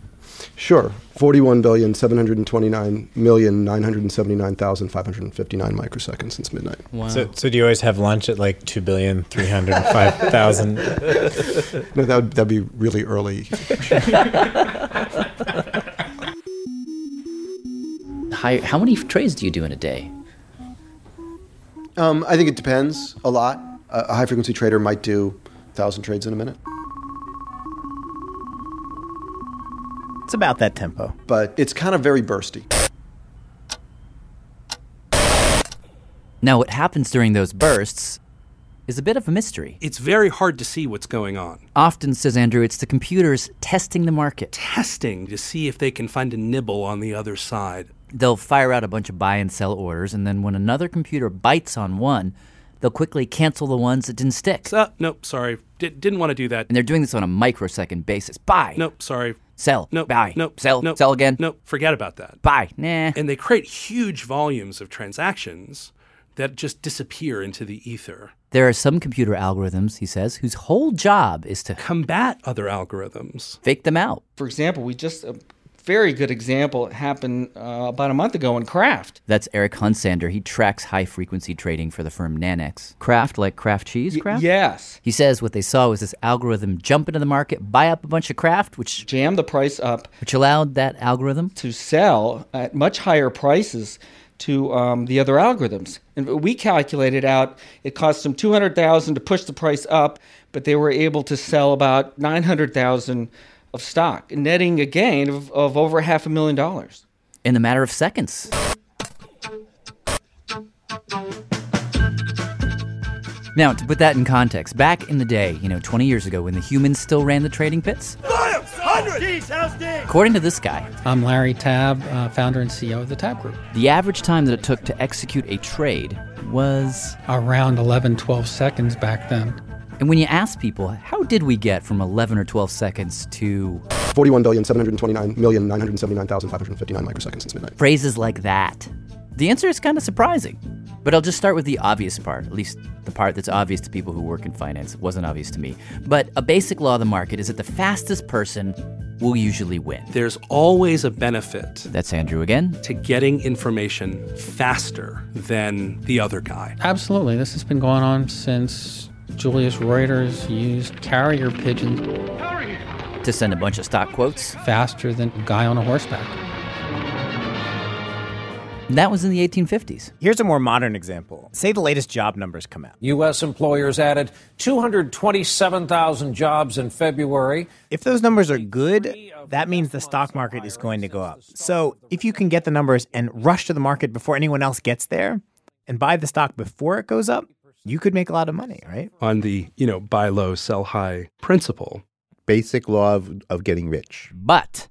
[SPEAKER 17] Sure, 41,729,979,559 microseconds since midnight.
[SPEAKER 16] So, so do you always have lunch at like 2,305,000?
[SPEAKER 17] No, that would that'd be really early.
[SPEAKER 10] How, how many trades do you do in a day?
[SPEAKER 17] Um, I think it depends a lot. A a high frequency trader might do 1,000 trades in a minute.
[SPEAKER 16] It's about that tempo.
[SPEAKER 17] But it's kind of very bursty.
[SPEAKER 10] Now, what happens during those bursts is a bit of a mystery.
[SPEAKER 6] It's very hard to see what's going on.
[SPEAKER 10] Often, says Andrew, it's the computers testing the market.
[SPEAKER 6] Testing to see if they can find a nibble on the other side.
[SPEAKER 10] they'll fire out a bunch of buy and sell orders, and then when another computer bites on one, they'll quickly cancel the ones that didn't stick.
[SPEAKER 6] Uh, nope, sorry. Di- didn't want to do that.
[SPEAKER 10] And they're doing this on a microsecond basis. Buy.
[SPEAKER 6] Nope, sorry.
[SPEAKER 10] Sell.
[SPEAKER 6] Nope.
[SPEAKER 10] Buy.
[SPEAKER 6] Nope.
[SPEAKER 10] Sell.
[SPEAKER 6] Nope.
[SPEAKER 10] Sell again.
[SPEAKER 6] Nope. Forget about that.
[SPEAKER 10] Buy. Nah.
[SPEAKER 6] And they create huge volumes of transactions that just disappear into the ether.
[SPEAKER 10] There are some computer algorithms, he says, whose whole job is to
[SPEAKER 6] combat other algorithms,
[SPEAKER 10] fake them out.
[SPEAKER 18] For example, we just a very good example happened uh, about a month ago in Kraft.
[SPEAKER 10] That's Eric Hunsander. He tracks high frequency trading for the firm Nanex. Kraft, like Kraft cheese, Kraft?
[SPEAKER 18] yes.
[SPEAKER 10] He says what they saw was this algorithm jump into the market, buy up a bunch of Kraft, which
[SPEAKER 18] jammed the price up,
[SPEAKER 10] which allowed that algorithm
[SPEAKER 18] to sell at much higher prices to um, the other algorithms. And we calculated out it cost them 200,000 to push the price up, but they were able to sell about 900,000 of stock, netting a gain of, of over half a million dollars
[SPEAKER 10] in a matter of seconds. Now, to put that in context, back in the day, you know, 20 years ago when the humans still ran the trading pits, according to this guy,
[SPEAKER 19] I'm Larry Tabb, uh, founder and CEO of the Tabb Group.
[SPEAKER 10] The average time that it took to execute a trade was
[SPEAKER 19] around 11, 12 seconds back then.
[SPEAKER 10] And when you ask people, how did we get from 11 or 12 seconds to
[SPEAKER 17] 41,729,979,559 microseconds since midnight?
[SPEAKER 10] Phrases like that. The answer is kind of surprising. But I'll just start with the obvious part, at least the part that's obvious to people who work in finance. It wasn't obvious to me. But a basic law of the market is that the fastest person will usually win.
[SPEAKER 6] There's always a benefit.
[SPEAKER 10] That's Andrew again.
[SPEAKER 6] To getting information faster than the other guy.
[SPEAKER 19] Absolutely. This has been going on since Julius Reuters used carrier pigeons
[SPEAKER 10] to send a bunch of stock quotes
[SPEAKER 19] faster than a guy on a horseback.
[SPEAKER 10] That was in the 1850s.
[SPEAKER 16] Here's a more modern example. Say the latest job numbers come out.
[SPEAKER 20] U.S. employers added 227,000 jobs in February.
[SPEAKER 16] If those numbers are good, that means the stock market is going to go up. So if you can get the numbers and rush to the market before anyone else gets there and buy the stock before it goes up, you could make a lot of money, right?
[SPEAKER 6] On the, you know, buy low, sell high principle.
[SPEAKER 13] Basic law of, of getting rich.
[SPEAKER 10] But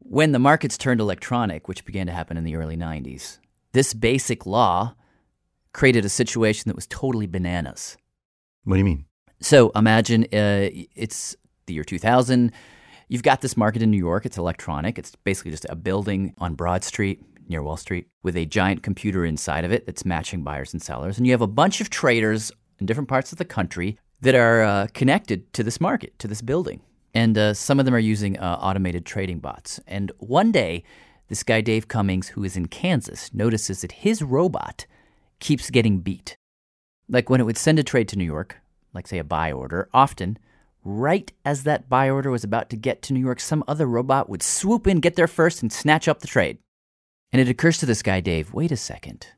[SPEAKER 10] when the markets turned electronic, which began to happen in the early 90s, this basic law created a situation that was totally bananas.
[SPEAKER 13] What do you mean?
[SPEAKER 10] So imagine uh, it's the year 2000. You've got this market in New York. It's electronic. It's basically just a building on Broad Street near Wall Street with a giant computer inside of it that's matching buyers and sellers. And you have a bunch of traders in different parts of the country that are uh, connected to this market, to this building and uh, some of them are using uh, automated trading bots. And one day, this guy Dave Cummings, who is in Kansas, notices that his robot keeps getting beat. Like when it would send a trade to New York, like say a buy order, often right as that buy order was about to get to New York, some other robot would swoop in, get there first, and snatch up the trade. And it occurs to this guy Dave, wait a second.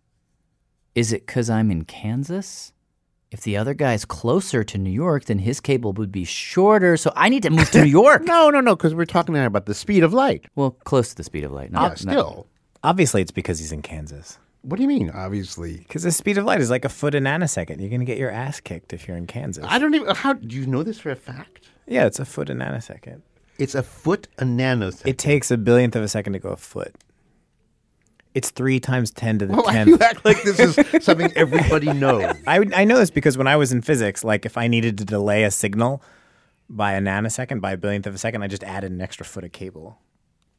[SPEAKER 10] Is it because I'm in Kansas? if the other guy's closer to New York, then his cable would be shorter. So I need to move to New York.
[SPEAKER 13] no, no, no, because we're talking now about the speed of light.
[SPEAKER 10] Well, close to the speed of light. Not,
[SPEAKER 13] yeah, still.
[SPEAKER 16] Not... Obviously, it's because he's in Kansas.
[SPEAKER 13] What do you mean, obviously?
[SPEAKER 16] Because the speed of light is like a foot a nanosecond. You're going to get your ass kicked if you're in Kansas.
[SPEAKER 13] I don't even. How do you know this for a fact?
[SPEAKER 16] Yeah, it's a foot a nanosecond.
[SPEAKER 13] It's a foot a nanosecond.
[SPEAKER 16] It takes a billionth of a second to go a foot. It's three times ten to the
[SPEAKER 13] well,
[SPEAKER 16] tenth.
[SPEAKER 13] You act like this is something everybody knows.
[SPEAKER 16] I, I know this because when I was in physics, like if I needed to delay a signal by a nanosecond, by a billionth of a second, I just added an extra foot of cable.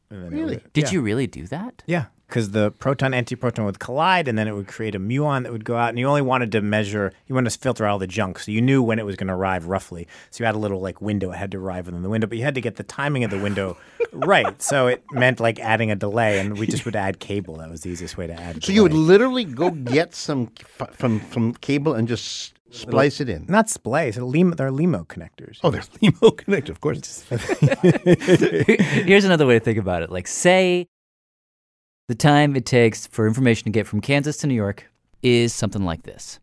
[SPEAKER 13] really? Would,
[SPEAKER 10] Did
[SPEAKER 16] yeah.
[SPEAKER 10] you really do that?
[SPEAKER 16] Yeah, because the proton antiproton would collide, and then it would create a muon that would go out. And you only wanted to measure, you wanted to filter out all the junk, so you knew when it was going to arrive roughly. So you had a little like window; it had to arrive within the window, but you had to get the timing of the window right. So it meant like adding a delay, and we just would add cable. That was the easiest way to add.
[SPEAKER 13] So you would literally go get some f- from from cable and just Splice it in.
[SPEAKER 16] Not splice. Limo, they're limo connectors.
[SPEAKER 13] Oh, they're limo connectors, of course.
[SPEAKER 10] Here's another way to think about it. Like, say the time it takes for information to get from Kansas to New York is something like this.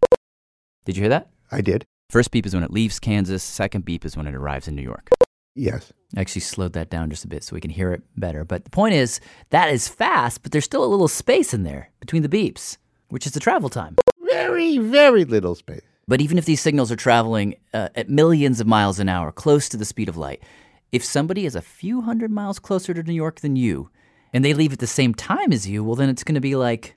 [SPEAKER 10] Did you hear that?
[SPEAKER 13] I did.
[SPEAKER 10] First beep is when it leaves Kansas, second beep is when it arrives in New York.
[SPEAKER 13] Yes.
[SPEAKER 10] I actually slowed that down just a bit so we can hear it better. But the point is, that is fast, but there's still a little space in there between the beeps, which is the travel time.
[SPEAKER 13] Very, very little space.
[SPEAKER 10] But even if these signals are traveling uh, at millions of miles an hour, close to the speed of light, if somebody is a few hundred miles closer to New York than you, and they leave at the same time as you, well, then it's going to be like,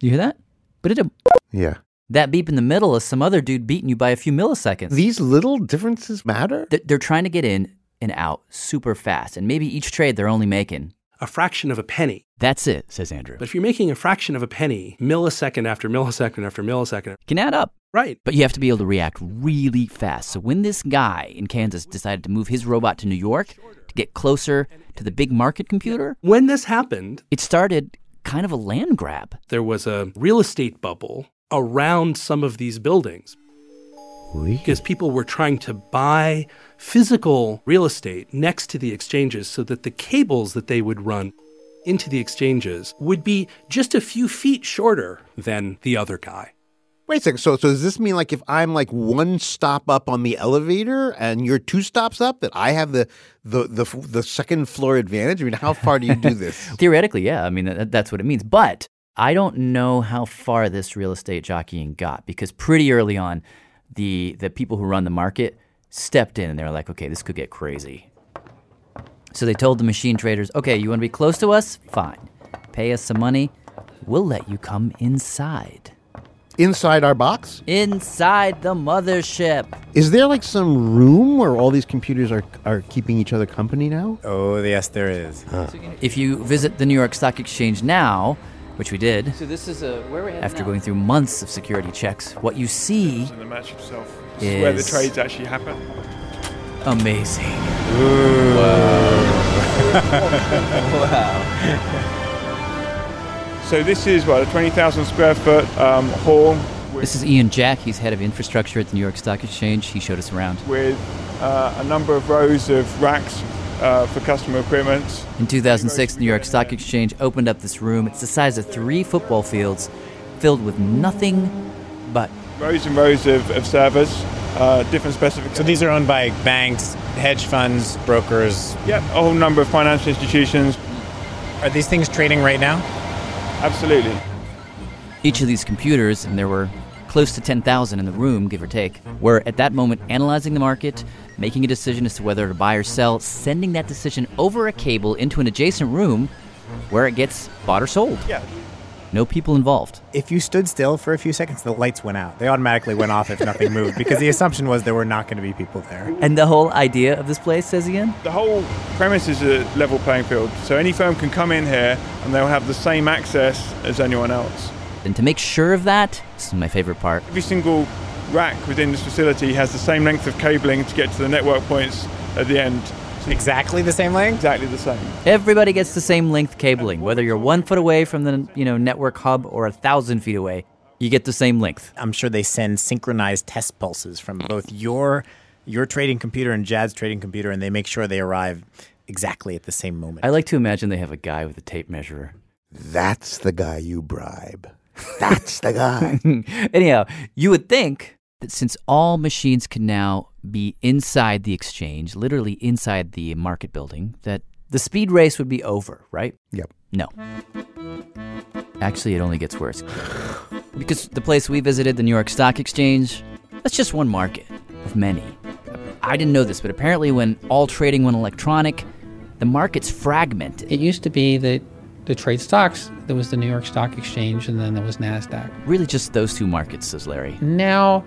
[SPEAKER 10] you hear that? But it
[SPEAKER 13] Yeah.
[SPEAKER 10] that beep in the middle is some other dude beating you by a few milliseconds.
[SPEAKER 13] These little differences matter.
[SPEAKER 10] They're trying to get in and out super fast, and maybe each trade they're only making
[SPEAKER 6] a fraction of a penny.
[SPEAKER 10] That's it, says Andrew.
[SPEAKER 6] But if you're making a fraction of a penny, millisecond after millisecond after millisecond,
[SPEAKER 10] can add up.
[SPEAKER 6] Right.
[SPEAKER 10] But you have to be able to react really fast. So when this guy in Kansas decided to move his robot to New York to get closer to the big market computer,
[SPEAKER 6] when this happened,
[SPEAKER 10] it started kind of a land grab.
[SPEAKER 6] there was a real estate bubble around some of these buildings because people were trying to buy physical real estate next to the exchanges so that the cables that they would run into the exchanges would be just a few feet shorter than the other guy.
[SPEAKER 13] Wait a second. So, so does this mean like if I'm like one stop up on the elevator and you're two stops up, that I have the the the, f- the second floor advantage? I mean, how far do you do this?
[SPEAKER 10] Theoretically, yeah. I mean, that, that's what it means. But I don't know how far this real estate jockeying got because pretty early on, the the people who run the market stepped in and they were like, okay, this could get crazy. So they told the machine traders, okay, you want to be close to us? Fine. Pay us some money. We'll let you come inside.
[SPEAKER 13] Inside our box?
[SPEAKER 10] Inside the mothership.
[SPEAKER 13] Is there like some room where all these computers are are keeping each other company now?
[SPEAKER 16] Oh, yes, there is.
[SPEAKER 10] If you visit the New York Stock Exchange now, which we did,
[SPEAKER 18] So this is a where we at
[SPEAKER 10] after
[SPEAKER 18] now?
[SPEAKER 10] going through months of security checks, what you see
[SPEAKER 21] And the match itself is where the
[SPEAKER 10] Is-
[SPEAKER 21] trades actually happen.
[SPEAKER 10] amazing.
[SPEAKER 21] So this is what a 20,000 square foot um, hall with,
[SPEAKER 10] This is Ian Jack. He's head of infrastructure at the New York Stock Exchange. He showed us around.
[SPEAKER 21] with uh, a number of rows of racks uh, for customer equipment.
[SPEAKER 10] In 2006, the New York Stock Exchange opened up this room. It's the size of three football fields, filled with nothing but
[SPEAKER 21] Rows and rows of, of servers, uh, different specifications.
[SPEAKER 16] So these are owned by banks, hedge funds, brokers.
[SPEAKER 21] Yep, a whole number of financial institutions.
[SPEAKER 16] Are these things trading right now?
[SPEAKER 21] Absolutely.
[SPEAKER 10] Each of these computers, and there were close to 10,000 in the room, give or take, were at that moment analyzing the market, making a decision as to whether to buy or sell, sending that decision over a cable into an adjacent room where it gets bought or sold.
[SPEAKER 21] Yeah.
[SPEAKER 10] No people involved.
[SPEAKER 16] If you stood still for a few seconds, the lights went out. They automatically went off if nothing moved because the assumption was there were not going to be people there.
[SPEAKER 10] And the whole idea of this place, says Ian?
[SPEAKER 21] The whole premise is a level playing field. So any firm can come in here and they'll have the same access as anyone else.
[SPEAKER 10] And to make sure of that, this is my favorite part.
[SPEAKER 21] Every single rack within this facility has the same length of cabling to get to the network points at the end.
[SPEAKER 16] exactly the same length?
[SPEAKER 21] Exactly the same.
[SPEAKER 10] Everybody gets the same length cabling, whether you're one foot away from the you know network hub or a thousand feet away, you get the same length.
[SPEAKER 16] I'm sure they send synchronized test pulses from both your your trading computer and Jad's trading computer, and they make sure they arrive exactly at the same moment.
[SPEAKER 10] I like to imagine they have a guy with a tape measure.
[SPEAKER 13] That's the guy you bribe. That's the guy.
[SPEAKER 10] Anyhow, you would think that since all machines can now be inside the exchange, literally inside the market building, that the speed race would be over, right?
[SPEAKER 13] Yep.
[SPEAKER 10] No. Actually, it only gets worse. Because the place we visited, the New York Stock Exchange, that's just one market of many. I didn't know this, but apparently, when all trading went electronic, the market's fragmented.
[SPEAKER 19] It used to be that to trade stocks, there was the New York Stock Exchange and then there was NASDAQ.
[SPEAKER 10] Really, just those two markets, says Larry.
[SPEAKER 19] Now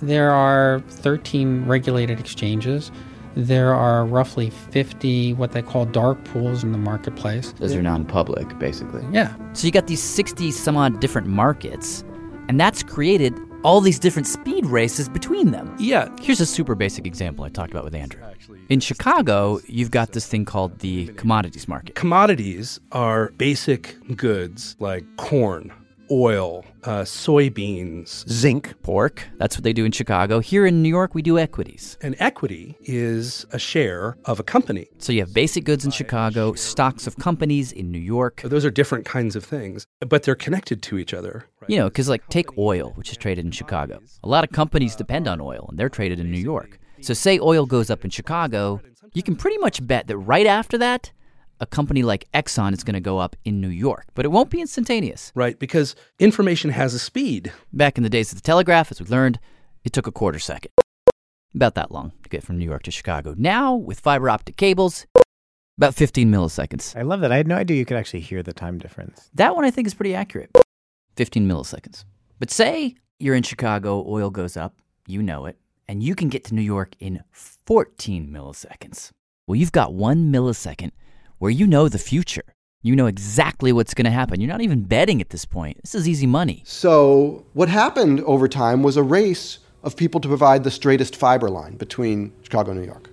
[SPEAKER 19] there are 13 regulated exchanges. There are roughly 50 what they call dark pools in the marketplace.
[SPEAKER 10] Those are non public, basically.
[SPEAKER 19] Yeah.
[SPEAKER 10] So you got these 60 some odd different markets, and that's created all these different speed races between them.
[SPEAKER 6] Yeah.
[SPEAKER 10] Here's a super basic example I talked about with Andrew. In Chicago, you've got this thing called the commodities market.
[SPEAKER 6] Commodities are basic goods like corn, oil, uh, soybeans.
[SPEAKER 13] Zinc.
[SPEAKER 10] Pork. That's what they do in Chicago. Here in New York, we do equities.
[SPEAKER 6] And equity is a share of a company.
[SPEAKER 10] So you have basic goods in Chicago, stocks of companies in New York.
[SPEAKER 6] Those are different kinds of things, but they're connected to each other.
[SPEAKER 10] You know, because like take oil, which is traded in Chicago. A lot of
[SPEAKER 6] uh,
[SPEAKER 10] companies depend on oil, and they're traded in New York. So say oil goes up in Chicago, you can pretty much bet that right after that, a company like Exxon is going to go up in New York, but it won't be instantaneous.
[SPEAKER 6] Right, because information has a speed.
[SPEAKER 10] Back in the days of the telegraph, as we learned, it took a quarter second. About that long to get from New York to Chicago. Now, with fiber optic cables, About 15 milliseconds.
[SPEAKER 16] I love that. I had no idea you could actually hear the time difference.
[SPEAKER 10] That one I think is pretty accurate. 15 milliseconds. But say you're in Chicago, oil goes up, you know it, and you can get to New York in 14 milliseconds. Well, you've got one millisecond where you know the future. You know exactly what's going to happen. You're not even betting at this point. This is easy money.
[SPEAKER 17] So, what happened over time was a race of people to provide the straightest fiber line between Chicago and New York.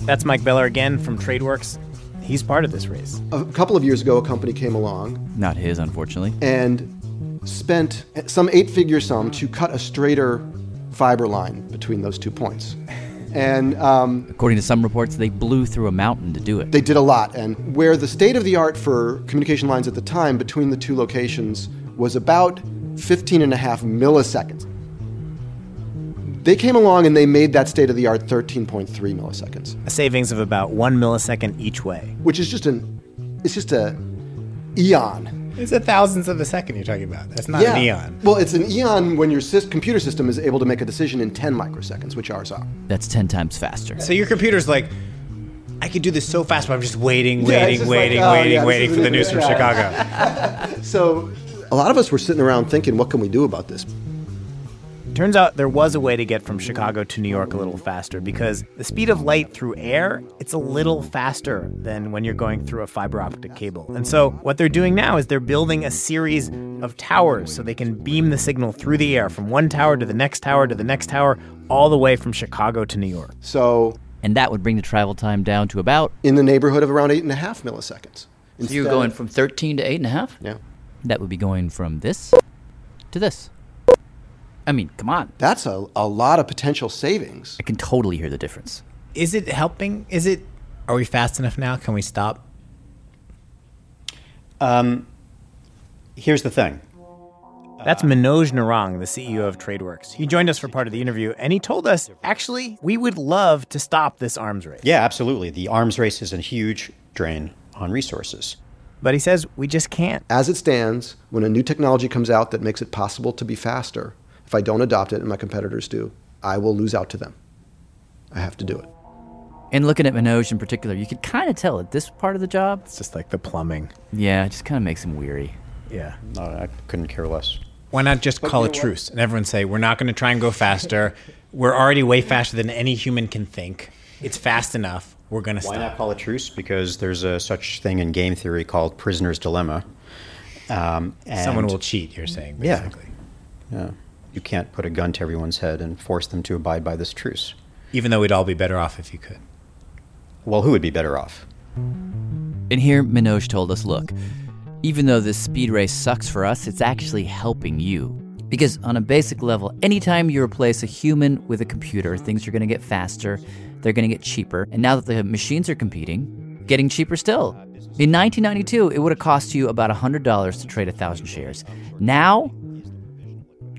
[SPEAKER 16] That's Mike Beller again from TradeWorks. He's part of this race.
[SPEAKER 17] A couple of years ago, a company came along
[SPEAKER 10] Not his, unfortunately.
[SPEAKER 17] and spent some eight figure sum to cut a straighter fiber line between those two points. And um,
[SPEAKER 10] According to some reports, they blew through a mountain to do it.
[SPEAKER 17] They did a lot. And where the state of the art for communication lines at the time between the two locations was about 15 and a half milliseconds. They came along and they made that state of the art 13.3 milliseconds,
[SPEAKER 16] A savings of about one millisecond each way.
[SPEAKER 17] which is just an it's just a eon.
[SPEAKER 16] It's a thousandth of a second you're talking about. That's not an eon.
[SPEAKER 17] Well, it's an eon when your sys- computer system is able to make a decision in 10 microseconds, which ours are.
[SPEAKER 10] That's 10 times faster.
[SPEAKER 16] So your computer's like, I could do this so fast, but I'm just waiting,
[SPEAKER 17] Yeah, it's
[SPEAKER 16] waiting,
[SPEAKER 17] just like,
[SPEAKER 16] waiting,
[SPEAKER 17] oh,
[SPEAKER 16] waiting,
[SPEAKER 17] yeah, this
[SPEAKER 16] waiting
[SPEAKER 17] is
[SPEAKER 16] for the
[SPEAKER 17] an
[SPEAKER 16] news from
[SPEAKER 17] idiot.
[SPEAKER 16] Chicago.
[SPEAKER 17] So a lot of us were sitting around thinking, what can we do about this?
[SPEAKER 16] Turns out there was a way to get from Chicago to New York a little faster because the speed of light through air, it's a little faster than when you're going through a fiber optic cable. And so what they're doing now is they're building a series of towers so they can beam the signal through the air from one tower to the next tower to the next tower, all the way from Chicago to New York.
[SPEAKER 17] So
[SPEAKER 10] And that would bring the travel time down to about.
[SPEAKER 17] In the neighborhood of around eight and a half milliseconds.
[SPEAKER 10] So you're going from 13 to 8.5?
[SPEAKER 17] Yeah.
[SPEAKER 10] That would be going from this to this. I mean, come on.
[SPEAKER 17] That's a, a lot of potential savings.
[SPEAKER 10] I can totally hear the difference.
[SPEAKER 16] Is it helping? Is it? Are we fast enough now? Can we stop?
[SPEAKER 1] Um, here's the thing.
[SPEAKER 16] That's Manoj Narang, the CEO of TradeWorks. He joined us for part of the interview, and he told us, actually, we would love to stop this arms race.
[SPEAKER 1] Yeah, absolutely. The arms race is a huge drain on resources.
[SPEAKER 16] But he says we just can't.
[SPEAKER 17] As it stands, when a new technology comes out that makes it possible to be faster, if I don't adopt it and my competitors do, I will lose out to them. I have to do it.
[SPEAKER 10] And looking at Manoj in particular, you could kind of tell at this part of the job. It's
[SPEAKER 16] just like the plumbing.
[SPEAKER 10] Yeah, it just kind of makes him weary.
[SPEAKER 16] Yeah.
[SPEAKER 1] No, Uh, I couldn't care less.
[SPEAKER 16] Why not just
[SPEAKER 1] But
[SPEAKER 16] call
[SPEAKER 1] you
[SPEAKER 16] a
[SPEAKER 1] know what?
[SPEAKER 16] truce and everyone say, we're not going to try and go faster. we're already way faster than any human can think. It's fast enough. We're going to
[SPEAKER 1] Why
[SPEAKER 16] stop.
[SPEAKER 1] not call a truce? Because there's a such thing in game theory called prisoner's dilemma. Um, and
[SPEAKER 16] Someone will cheat, you're saying, basically.
[SPEAKER 1] Yeah. yeah. You can't put a gun to everyone's head and force them to abide by this truce.
[SPEAKER 16] Even though we'd all be better off if you could.
[SPEAKER 1] Well, who would be better off?
[SPEAKER 10] And here, Manoj told us look, even though this speed race sucks for us, it's actually helping you. Because on a basic level, anytime you replace a human with a computer, things are going to get faster, they're going to get cheaper. And now that the machines are competing, getting cheaper still. In 1992, it would have cost you about $100 to trade 1,000 shares. Now,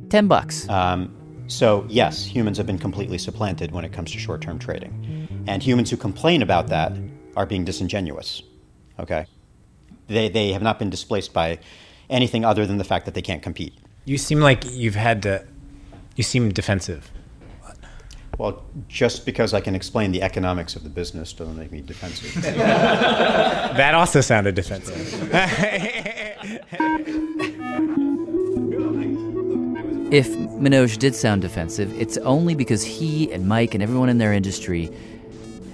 [SPEAKER 10] 10 bucks.
[SPEAKER 1] Um, so, yes, humans have been completely supplanted when it comes to short term trading. And humans who complain about that are being disingenuous. Okay? They, they have not been displaced by anything other than the fact that they can't compete.
[SPEAKER 16] You seem like you've had to, you seem defensive.
[SPEAKER 1] Well, just because I can explain the economics of the business doesn't make me defensive.
[SPEAKER 16] That also sounded defensive.
[SPEAKER 10] If Manoj did sound defensive, it's only because he and Mike and everyone in their industry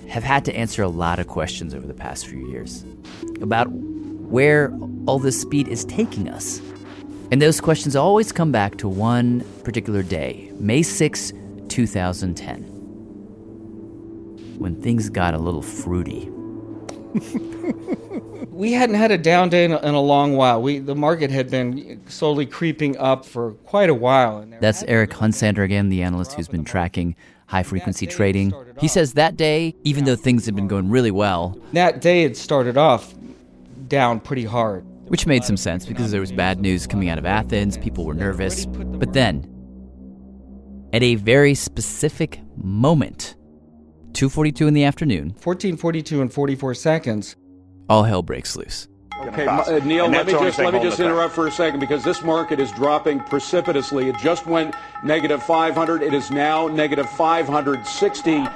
[SPEAKER 10] have had to answer a lot of questions over the past few years about where all this speed is taking us. And those questions always come back to one particular day, May 6, 2010, when things got a little fruity.
[SPEAKER 18] We hadn't had a down day in a, in a long while. We the market had been slowly creeping up for quite a while. And
[SPEAKER 10] That's Eric Hunsander again, the analyst who's been tracking high frequency trading. He says that day, even though things had been going really well,
[SPEAKER 18] that day it started off down pretty hard.
[SPEAKER 10] Which made some sense because there was bad news coming out of Athens, people were nervous. But then, at a very specific moment, 2:42 in the afternoon,
[SPEAKER 18] 1442 and 44 seconds.
[SPEAKER 10] all hell breaks loose.
[SPEAKER 13] going
[SPEAKER 22] Okay,
[SPEAKER 13] to cost.
[SPEAKER 22] uh, Neil,
[SPEAKER 13] And
[SPEAKER 22] let
[SPEAKER 13] that's
[SPEAKER 22] me
[SPEAKER 13] the only
[SPEAKER 22] just
[SPEAKER 13] thing
[SPEAKER 22] let me
[SPEAKER 13] holding
[SPEAKER 22] just
[SPEAKER 13] us back.
[SPEAKER 22] interrupt for a second because this market is dropping precipitously. It just went negative 500. It is now negative 560.
[SPEAKER 3] Eight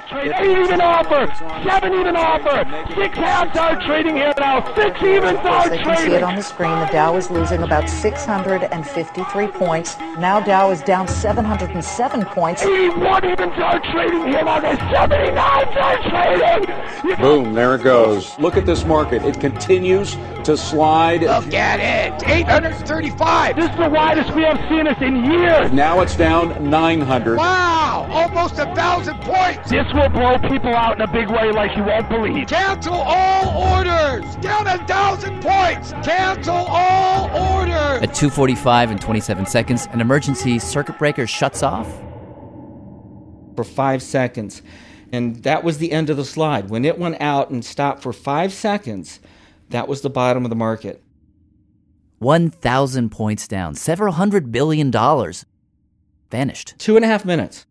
[SPEAKER 3] even offer, seven even offer, six halves are trading here now, six evens are
[SPEAKER 23] As they can see it
[SPEAKER 3] trading.
[SPEAKER 23] on the screen, the Dow is losing about 653 points. Now Dow is down 707 points.
[SPEAKER 3] 81 evens are trading here now, the 79s are trading.
[SPEAKER 22] Boom, there it goes. Look at this market. It continues to slide. Look at
[SPEAKER 3] It's 835. This is the widest we have seen us in years.
[SPEAKER 22] Now it's down 900.
[SPEAKER 3] Wow, almost a thousand points. This will blow people out in a big way like you won't believe. Cancel all orders. Down a thousand points. Cancel all orders.
[SPEAKER 10] At 2:45 and 27 seconds, an emergency circuit breaker shuts off.
[SPEAKER 18] for five seconds. And that was the end of the slide. When it went out and stopped for five seconds, that was the bottom of the market.
[SPEAKER 10] 1,000 points down, several hundred billion dollars vanished.
[SPEAKER 18] Two and a half minutes.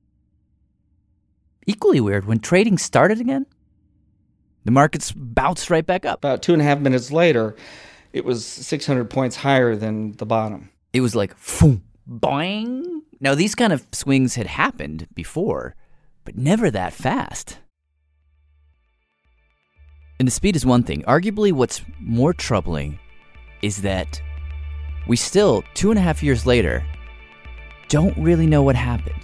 [SPEAKER 10] Equally weird, when trading started again, the markets bounced right back up.
[SPEAKER 18] About two and a half minutes later, it was 600 points higher than the bottom.
[SPEAKER 10] It was like, phoom, boing. Now, these kind of swings had happened before, but never that fast. And the speed is one thing. Arguably, what's more troubling is that we still, two and a half years later, don't really know what happened.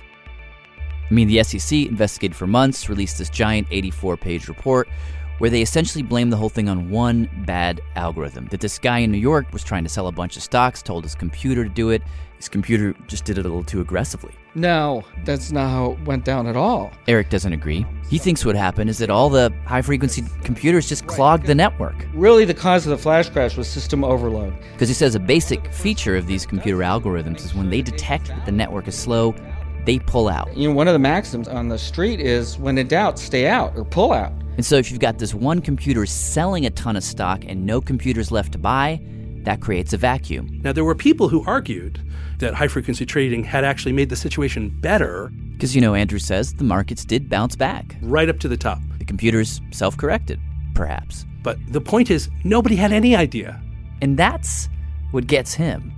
[SPEAKER 10] I mean, the SEC investigated for months, released this giant 84 page report where they essentially blamed the whole thing on one bad algorithm. That this guy in New York was trying to sell a bunch of stocks, told his computer to do it. His computer just did it a little too aggressively.
[SPEAKER 18] No, that's not how it went down at all.
[SPEAKER 10] Eric doesn't agree. He thinks what happened is that all the high frequency computers just clogged the network.
[SPEAKER 18] Really, the cause of the flash crash was system overload.
[SPEAKER 10] Because he says a basic feature of these computer algorithms is when they detect that the network is slow, they pull out.
[SPEAKER 18] You know, one of the maxims on the street is when in doubt, stay out or pull out.
[SPEAKER 10] And so if you've got this one computer selling a ton of stock and no computers left to buy, that creates a vacuum.
[SPEAKER 6] Now, there were people who argued that high frequency trading had actually made the situation better
[SPEAKER 10] Because, you know, Andrew says the markets did bounce back.
[SPEAKER 6] right up to the top.
[SPEAKER 10] The computers self corrected, perhaps.
[SPEAKER 6] But the point is, nobody had any idea.
[SPEAKER 10] And that's what gets him.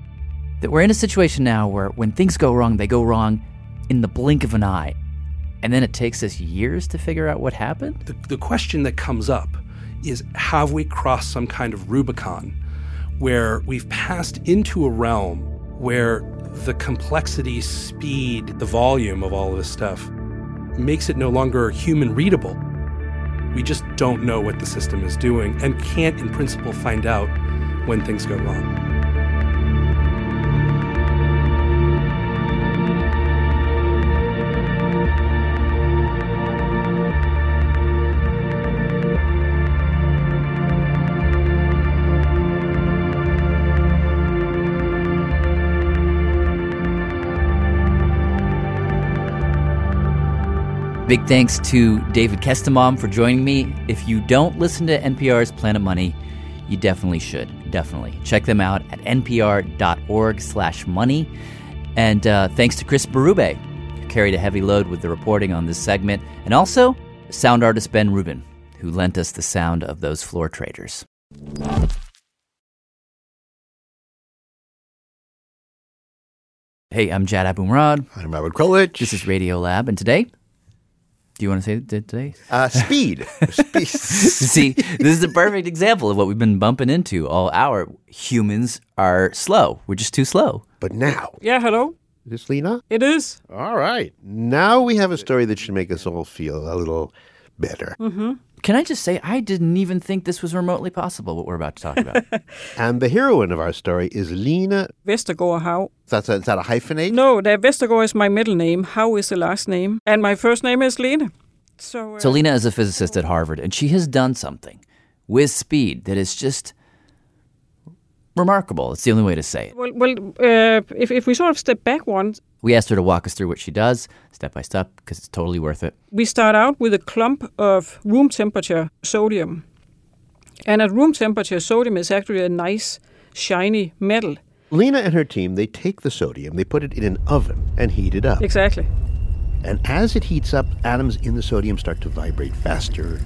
[SPEAKER 10] That we're in a situation now where when things go wrong, they go wrong in the blink of an eye. And then it takes us years to figure out what happened?
[SPEAKER 6] The, the question that comes up is have we crossed some kind of Rubicon where we've passed into a realm where the complexity, speed, the volume of all of this stuff makes it no longer human readable? We just don't know what the system is doing and can't, in principle, find out when things go wrong.
[SPEAKER 10] Big thanks to David Kestemom for joining me. If you don't listen to NPR's Planet Money, you definitely should. Definitely. Check them out at npr.org slash money. And uh, thanks to Chris Berube, who carried a heavy load with the reporting on this segment, and also sound artist Ben Rubin, who lent us the sound of those floor traders. Hey, I'm Jad Abumrad.
[SPEAKER 13] I'm Robert Krulwich.
[SPEAKER 10] This is Radio Lab, and today, do you want to say it did today?
[SPEAKER 13] Uh, speed.
[SPEAKER 10] See, this is a perfect example of what we've been bumping into all hour. Humans are slow. We're just too slow.
[SPEAKER 13] But now,
[SPEAKER 24] Yeah, hello.
[SPEAKER 13] is this Lena?
[SPEAKER 24] It is.
[SPEAKER 13] All right. Now we have a story that should make us all feel a little better.
[SPEAKER 24] Mm-hmm.
[SPEAKER 10] Can I just say, I didn't even think this was remotely possible, what we're about to talk about.
[SPEAKER 13] And the heroine of our story is Lena.
[SPEAKER 24] Vestergaard How.
[SPEAKER 13] That's a, is that a hyphenate?
[SPEAKER 24] No, the Vestergaard is my middle name. How is the last name? And my first name is Lene. So, uh,
[SPEAKER 10] so, Lena is a physicist at Harvard, and she has done something with speed that is just remarkable. It's the only way to say it.
[SPEAKER 24] well, well uh, if, if we sort of step back one,
[SPEAKER 10] We asked her to walk us through what she does, step by step, because it's totally worth it.
[SPEAKER 24] we start out with a clump of room temperature sodium. And at room temperature, sodium is actually a nice, shiny metal.
[SPEAKER 13] Lena and her team, they take the sodium, they put it in an oven and heat it up.
[SPEAKER 24] Exactly.
[SPEAKER 13] And as it heats up, atoms in the sodium start to vibrate faster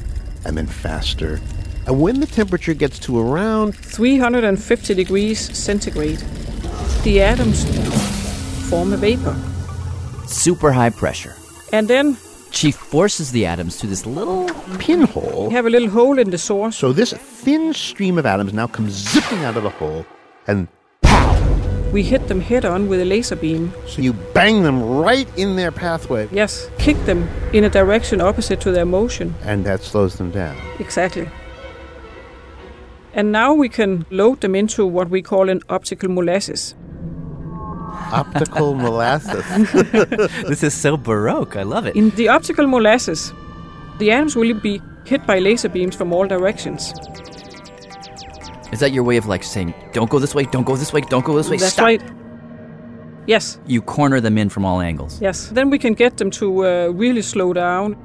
[SPEAKER 13] and then faster And when the temperature gets to around
[SPEAKER 24] 350 degrees centigrade, the atoms form a vapor.
[SPEAKER 10] Super high pressure.
[SPEAKER 24] And then
[SPEAKER 10] She forces the atoms through this little
[SPEAKER 13] pinhole.
[SPEAKER 24] we have a little hole in the source.
[SPEAKER 13] So this thin stream of atoms now comes zipping out of the hole, and
[SPEAKER 24] We hit them head on with a laser beam.
[SPEAKER 13] so you bang them right in their pathway,
[SPEAKER 24] Yes, kick them in a direction opposite to their motion.
[SPEAKER 13] and that slows them down.
[SPEAKER 24] Exactly. And now we can load them into what we call an optical molasses.
[SPEAKER 13] Optical molasses.
[SPEAKER 10] this is so baroque. I love it.
[SPEAKER 24] In the optical molasses, the atoms will be hit by laser beams from all directions.
[SPEAKER 10] Is that your way of like saying, don't go this way, don't go this way, don't go this way?
[SPEAKER 24] That's
[SPEAKER 10] stop.
[SPEAKER 24] right. Yes,
[SPEAKER 10] You corner them in from all angles.
[SPEAKER 24] yes. Then we can get them to uh, really slow down.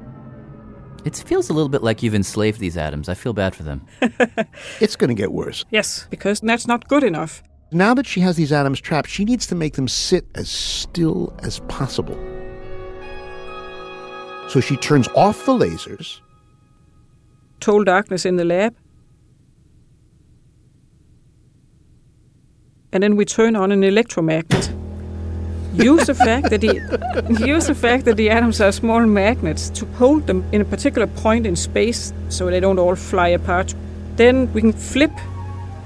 [SPEAKER 10] It feels a little bit like you've enslaved these atoms. I feel bad for them.
[SPEAKER 13] it's going to get worse.
[SPEAKER 24] Yes, because that's not good enough.
[SPEAKER 13] Now that she has these atoms trapped, she needs to make them sit as still as possible. So she turns off the lasers.
[SPEAKER 24] Total darkness in the lab. And then we turn on an electromagnet. Use the fact that the use the fact that the atoms are small magnets to hold them in a particular point in space so they don't all fly apart. Then we can flip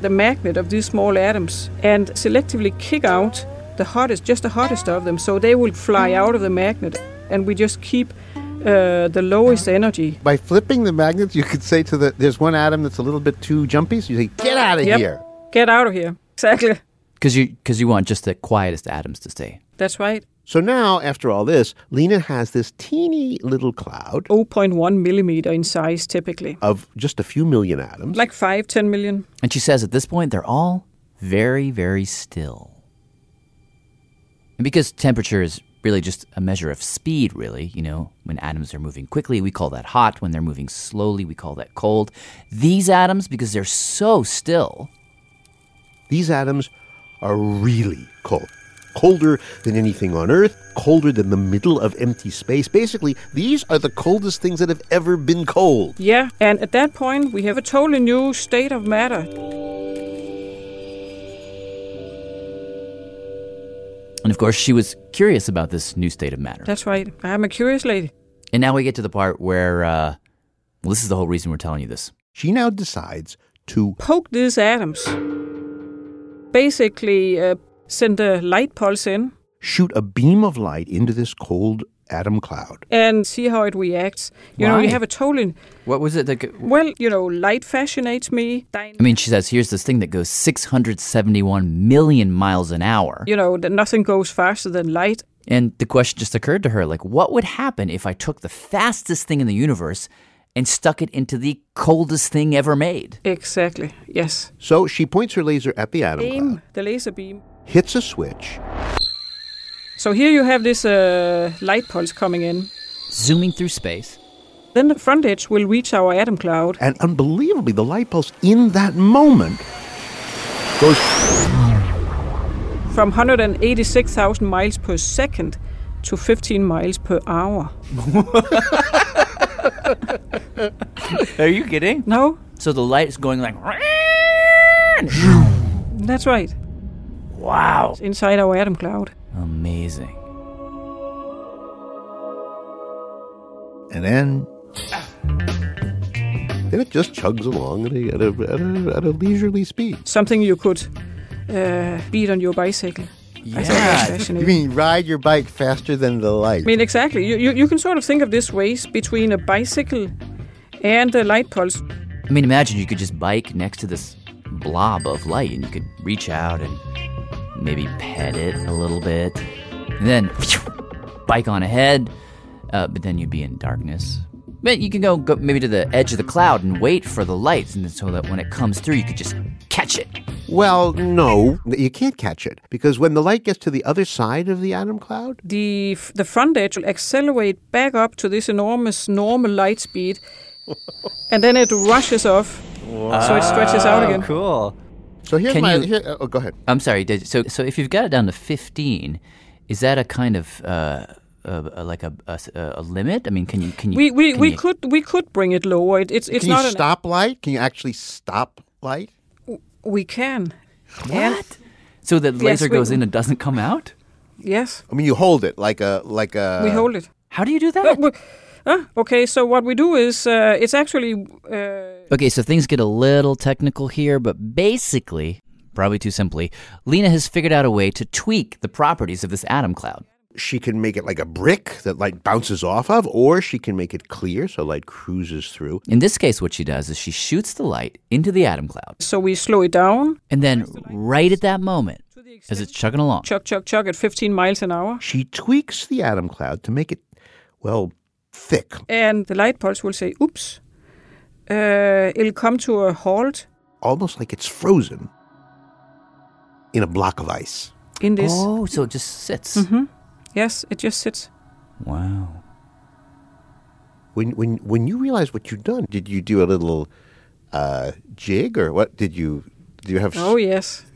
[SPEAKER 24] the magnet of these small atoms and selectively kick out the hottest, just the hottest of them, so they will fly out of the magnet, and we just keep uh, the lowest energy
[SPEAKER 13] By flipping the magnets, you could say to the there's one atom that's a little bit too jumpy, so you say, "Get out of
[SPEAKER 24] Yep.
[SPEAKER 13] here."
[SPEAKER 24] Get out of here. Exactly.
[SPEAKER 10] Because you, cause you want just the quietest atoms to stay.
[SPEAKER 24] That's right.
[SPEAKER 13] So now, after all this, Lena has this teeny little cloud
[SPEAKER 24] 0.1 millimeter in size typically.
[SPEAKER 13] of just a few million atoms.
[SPEAKER 24] Like 5, 10 million.
[SPEAKER 10] And she says at this point, they're all very, very still. And because temperature is really just a measure of speed, really, you know, when atoms are moving quickly, we call that hot. When they're moving slowly, we call that cold. These atoms, because they're so still,
[SPEAKER 13] These atoms are really cold. Colder than anything on Earth, colder than the middle of empty space. Basically, these are the coldest things that have ever been cold.
[SPEAKER 24] Yeah, and at that point we have a totally new state of matter.
[SPEAKER 10] and of course, she was curious about this new state of matter.
[SPEAKER 24] That's right. I'm a curious lady.
[SPEAKER 10] And now we get to the part where, uh, well, this is the whole reason we're telling you this.
[SPEAKER 13] She now decides to
[SPEAKER 24] Poke these atoms. Basically, uh, send a light pulse in
[SPEAKER 13] shoot a beam of light into this cold atom cloud.
[SPEAKER 24] and see how it reacts. You know,
[SPEAKER 10] Why?
[SPEAKER 24] you have a totally.
[SPEAKER 10] What was it that? Go-
[SPEAKER 24] Well, you know, light fascinates me.
[SPEAKER 10] I mean, she says here's this thing that goes 671 million miles an hour.
[SPEAKER 24] You know, that nothing goes faster than light.
[SPEAKER 10] And the question just occurred to her like, what would happen if I took the fastest thing in the universe and stuck it into the coldest thing ever made?
[SPEAKER 24] Exactly. Yes.
[SPEAKER 13] So she points her laser at the atom cloud,
[SPEAKER 24] Aim the laser beam.
[SPEAKER 13] hits a switch,
[SPEAKER 24] So here you have this uh, light pulse coming in.
[SPEAKER 10] Zooming through space.
[SPEAKER 24] Then the front edge will reach our atom cloud.
[SPEAKER 13] and unbelievably, the light pulse in that moment goes
[SPEAKER 24] from 186,000 miles per second to 15 miles per hour.
[SPEAKER 10] Are you kidding?
[SPEAKER 24] No,
[SPEAKER 10] So the light is going like,
[SPEAKER 24] that's right.
[SPEAKER 10] wow.
[SPEAKER 24] It's inside our atom cloud.
[SPEAKER 10] Amazing.
[SPEAKER 13] And then. Then it just chugs along at a, at a, at a, at a leisurely speed.
[SPEAKER 24] Something you could uh, beat on your bicycle. I think that's
[SPEAKER 13] you
[SPEAKER 24] fascinating.
[SPEAKER 13] mean ride your bike faster than the light?
[SPEAKER 24] I mean, exactly. You, you, you can sort of think of this race between a bicycle and a light pulse.
[SPEAKER 10] I mean, imagine you could just bike next to this blob of light and you could reach out and maybe pet it a little bit. And then phew, bike on ahead, uh, but then you'd be in darkness. But you can go, go maybe to the edge of the cloud and wait for the lights, and so that when it comes through, you could just catch it.
[SPEAKER 13] Well, no, you can't catch it because when the light gets to the other side of the atom cloud,
[SPEAKER 24] The, f- the front edge will accelerate back up to this enormous normal light speed, and then it rushes off. So it stretches out again.
[SPEAKER 10] Cool.
[SPEAKER 13] So here's
[SPEAKER 10] Can
[SPEAKER 13] my.
[SPEAKER 10] you-
[SPEAKER 13] here- oh, go ahead.
[SPEAKER 10] I'm sorry. Did, so so if you've got it down to 15, is that a kind of uh, a, a like a, a s- a limit? I mean, can you can you
[SPEAKER 24] we we,
[SPEAKER 10] can
[SPEAKER 24] we
[SPEAKER 10] you-
[SPEAKER 24] could we could bring it lower. It, it's it's
[SPEAKER 10] Can you
[SPEAKER 24] not an-
[SPEAKER 10] stop
[SPEAKER 13] light? Can you actually stop light?
[SPEAKER 24] We can. What?
[SPEAKER 10] so that
[SPEAKER 24] Yes, laser we- goes in
[SPEAKER 10] and doesn't come out?
[SPEAKER 24] yes,
[SPEAKER 13] I mean, you hold it like a like a.
[SPEAKER 24] we hold it.
[SPEAKER 10] Uh,
[SPEAKER 24] Oh,
[SPEAKER 10] How do you do that?
[SPEAKER 24] okay, so what we do is uh, it's actually uh,
[SPEAKER 10] Okay, so things get a little technical here, but basically, probably too simply, Lena has figured out a way to tweak the properties of this atom cloud.
[SPEAKER 13] She can make it like a brick that light bounces off of, or she can make it clear so light cruises through.
[SPEAKER 10] In this case, what she does is she shoots the light into the atom cloud.
[SPEAKER 24] So we slow it down.
[SPEAKER 10] And then, right at that moment, as it's chugging along,
[SPEAKER 24] chuck chuck chuck at 15 miles an hour,
[SPEAKER 13] She tweaks the atom cloud to make it, well, thick.
[SPEAKER 24] and the light pulse will say, "Oops." Uh, it'll come to a halt
[SPEAKER 13] almost like it's frozen in a block of ice.
[SPEAKER 24] in this.
[SPEAKER 10] Oh, so it just sits.
[SPEAKER 24] hmm Yes, it just sits.
[SPEAKER 10] Wow.
[SPEAKER 13] When when when you realize what you've done, did you do a little uh, jig or what? Did you do you have?
[SPEAKER 10] Uh,
[SPEAKER 13] s-
[SPEAKER 24] Oh yes,